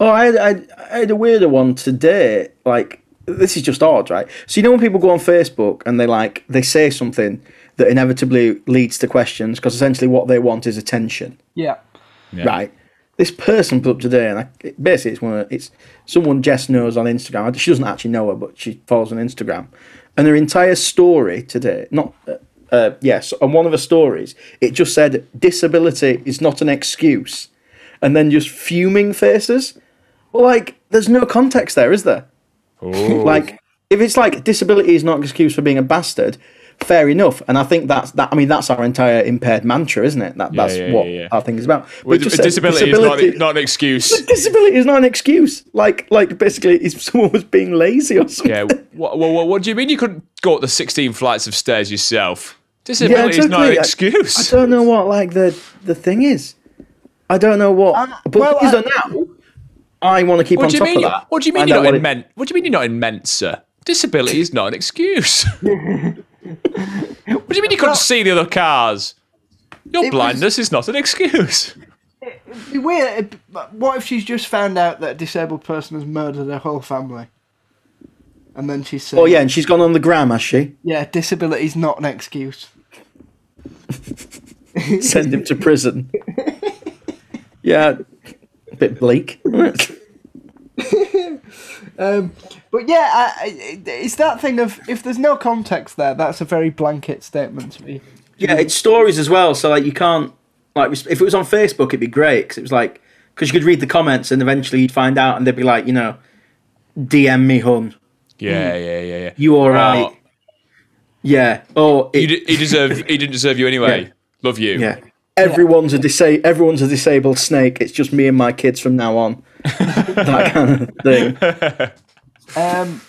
A: Oh, I had, I, had, I had a weirder one today. Like, this is just odd, right? So, you know, when people go on Facebook and they like, they say something that inevitably leads to questions because essentially what they want is attention,
C: Yeah.
A: right? This person put up today, and I, it- basically, it's one of it's someone Jess knows on Instagram. She doesn't actually know her, but she follows on Instagram. And her entire story today, not, uh, uh, yes, on one of her stories, it just said, disability is not an excuse. And then just fuming faces. Well, like, there's no context there, is there?
B: Oh.
A: Like, if it's like disability is not an excuse for being a bastard, fair enough. And I think that's that. I mean, that's our entire impaired mantra, isn't it? That, that's
B: yeah,
A: what
B: yeah, yeah.
A: our thing is about. But it
B: With-
A: just says
B: disability, is not, not an excuse.
A: disability is not an excuse. Like, like basically, if someone was being lazy or something.
B: yeah. What, what, what, what do you mean you couldn't go up the 16 flights of stairs yourself? Disability is not an
A: exactly. I
B: excuse.
A: don't know what like the the thing is. I don't know what. but
C: Um, well,
A: these
C: I-
A: are now. I want to keep
B: What
A: on
B: do you
A: top
B: mean?
A: of
B: you-
A: that.
B: What do you mean
A: Find
B: you're
A: out
B: not
A: what
B: in
A: it-
B: men? What do you mean you're not in men, sir? Disability is not an excuse. what do you mean you couldn't see the other cars? Your
C: was-
B: blindness is not an excuse.
A: Hmm.
C: It'd be weird. it'd be- but What if she's just found out that a disabled person has murdered her whole family, and then she said,
A: Oh yeah, and she's gone on the gram, has she?
C: yeah, disability's not an excuse."
A: send him to prison. yeah, a bit bleak.
C: Um, but yeah, I, I, it's that thing of if there's no context there, that's a very blanket statement to me.
A: yeah,
B: Hmm.
A: it's stories as well. So like, you can't like if it was on Facebook, it'd be great because it was like because you could read the comments and eventually you'd find out, and they'd be like, you know, DM me, hun,
B: Yeah, yeah, yeah, yeah.
A: you all right?
B: Oh,
A: Yeah. Oh,
B: he,
A: it,
B: d- he deserved. He didn't deserve you anyway.
A: Yeah.
B: Love you.
A: yeah. Everyone's a disa- everyone's a disabled snake. It's just me and my kids from now on. that kind of thing.
C: Um,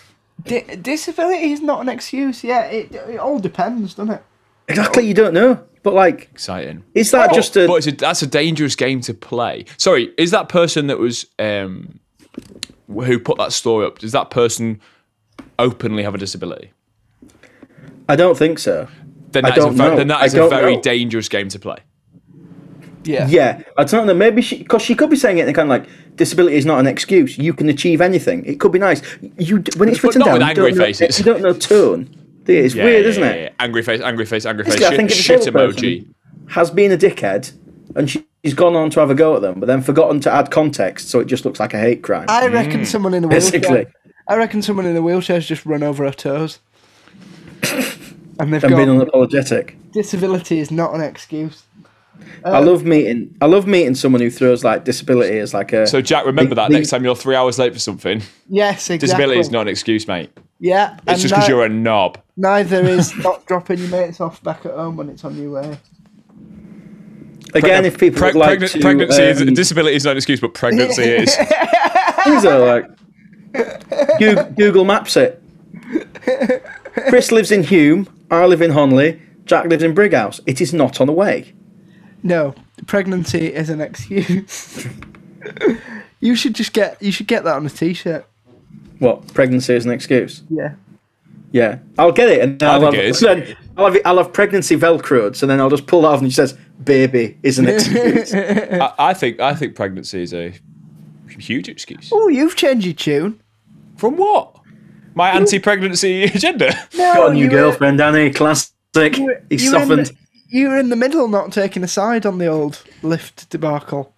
C: di- disability is not an excuse. Yeah, it, it all depends, doesn't it?
A: Exactly. You don't know. But like,
B: Exciting.
A: is that
B: But-
A: just a?
B: Oh, but it's a, that's a dangerous game to play. Sorry, is that person that was um, who put that story up? Does that person openly have a disability?
A: I don't think so.
B: Then
A: I
B: that is a
A: don't
B: very,
A: know.
B: then that
A: I
B: is a
A: don't
B: very
A: know.
B: dangerous game to play.
C: Yeah.
A: Yeah, I don't know. Maybe she, because she could be saying it in a kind of like disability is not an excuse. You can achieve anything. It could be nice. You d- when it's
B: But
A: written
B: not
A: down,
B: with
A: you don't,
B: angry
A: know,
B: faces.
A: you don't know tone. do you? It's
B: Yeah,
A: weird,
B: yeah,
A: isn't
B: yeah,
A: it?
B: yeah. Angry face, angry face, angry face.
A: Basically, I
B: Shit,
A: think it's a
B: shit
A: disabled
B: emoji.
A: Has been a dickhead, and she, she's gone on to have a go at them, but then forgotten to add context, so it just looks like a hate crime.
B: Hmm.
C: I reckon someone in a wheelchair.
A: Basically.
C: I reckon someone in a wheelchair's just run over her toes. and
A: and
C: they've got
A: being unapologetic.
C: disability is not an excuse.
A: I love meeting. I love meeting someone who throws like disability as like a.
B: So Jack, remember
A: The-
B: that
A: the-
B: next time you're three hours late for something,
C: Yes, exactly.
B: disability is not an excuse, mate.
C: Yeah,
B: It's just because you're a knob.
C: neither is not dropping your mates off back at home when it's on your way.
A: again, if people
B: Preg-
A: would like
B: pregnant-
A: to,
B: pregnancy is
A: um,
B: disability is not an excuse, but pregnancy is.
A: These are like Google, Google Maps it. Chris lives in Hume. I live in Honley. Jack lives in Brighouse. It is not on the way.
C: No, pregnancy is an excuse. you should just get you should get that on a t-shirt.
A: What pregnancy is an excuse?
C: Yeah.
A: Yeah, I'll get it, and then
B: I
A: I'll
B: think
A: have,
B: it is.
A: then I'll have I'll have pregnancy velcroed, so then I'll just pull that off, and she says, "Baby is an excuse."
B: I, I think I think pregnancy is a huge excuse.
C: Oh, you've changed your tune.
B: From what? My anti-pregnancy agenda.
C: No,
A: Got a new
C: you were-
A: girlfriend, Annie. Classic. He's
C: you were in the-
A: softened.
C: you were in the middle, not taking a side on the old lift debacle.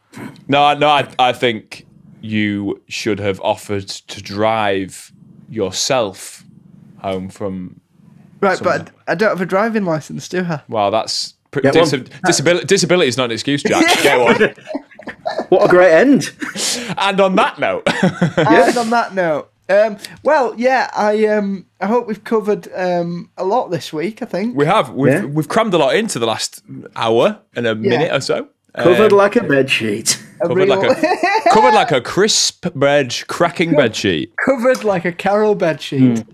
B: No, I- no, I, I think you should have offered to drive yourself home from.
C: Right,
B: Somewhere.
C: but I, I don't have a driving license, do I?
B: Well, that's pr-
A: Get one.
B: disability. Disability is not an excuse, Jack. Get one.
A: What a great end!
B: Um, And on that note,
C: And on that note, um, well, yeah, I um, I hope we've covered um, a lot this week. I think.
B: we have we've,
A: Yeah.
B: we've crammed a lot into the last hour and a minute or so.
A: Covered
B: Um,
A: like a bed sheet.
C: A
B: covered
C: real-
B: like a covered like a crisp bread, cracking bed sheet.
C: covered like a Carol bedsheet.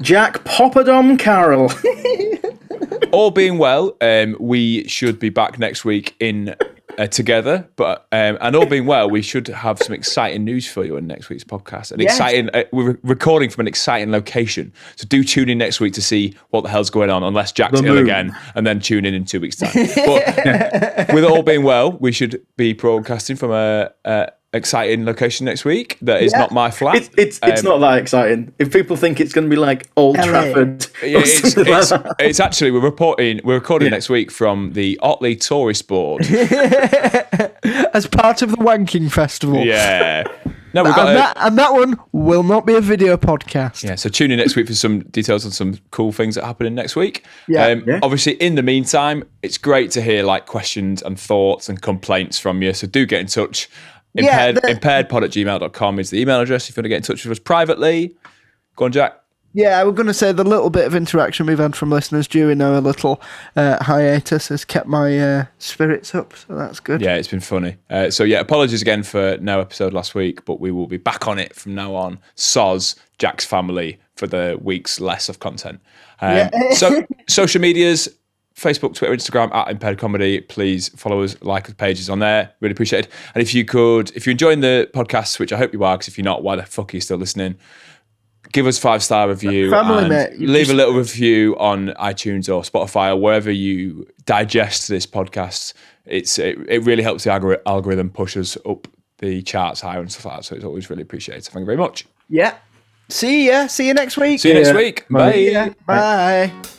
A: Jack Poppadom Carroll.
B: all being well, um, we should be back next week in uh, together. But um, and all being well, we should have some exciting news for you in next week's podcast. An exciting uh, we're re- recording from an exciting location, so do tune in next week to see what the hell's going on. Unless Jack's
A: The
B: ill
A: moon.
B: again, and then tune in in two weeks' time. But with all being well, we should be broadcasting from a. a Exciting location next week. That is
C: Yeah.
B: not my flat.
A: It's it's, it's not
B: Um,
A: that exciting. If people think it's going to be like Old
C: LA.
A: Trafford, or
B: Yeah, it's,
A: something like
B: it's,
A: that.
B: it's actually we're reporting we're recording next week from the Otley Tourist Board.
C: as part of the Wanking Festival.
B: Yeah. No, we've got
C: And
B: a,
C: that, and that one will not be a video podcast.
B: yeah. So tune in next week for some details on some cool things that happen in next week. Um,
C: Yeah.
A: Yeah.
B: Obviously, in the meantime, it's great to hear like questions and thoughts and complaints from you. So do get in touch.
C: Yeah,
B: Impaired,
C: the-
B: impairedpod at gmail.com is the email address if you want to get in touch with us privately. Go on, Jack.
C: Yeah, I was going to say the little bit of interaction we've had from listeners during our little uh, hiatus has kept my uh, spirits up, so that's good.
B: Yeah, it's been funny. Uh, so yeah, apologies again for no episode last week, but we will be back on it from now on. Soz Jack's family for the week's less of content. Um, so social medias. Facebook, Twitter, Instagram at Impaired Comedy. Please follow us, like the pages on there. Really appreciate it. And if you could, if you're enjoying the podcast, which I hope you are, because if you're not, why the fuck are you still listening? Give us five star review.
C: Family,
B: and
C: mate. You
B: Leave a little review on iTunes or Spotify or wherever you digest this podcast. It's it, it really helps the algori- algorithm push us up the charts higher and stuff like that. So it's always really appreciated. Thank you very much.
C: Yeah. See ya. See you next week.
B: See you next
A: Yeah.
B: week.
A: Bye.
B: Bye.
C: ya. Bye.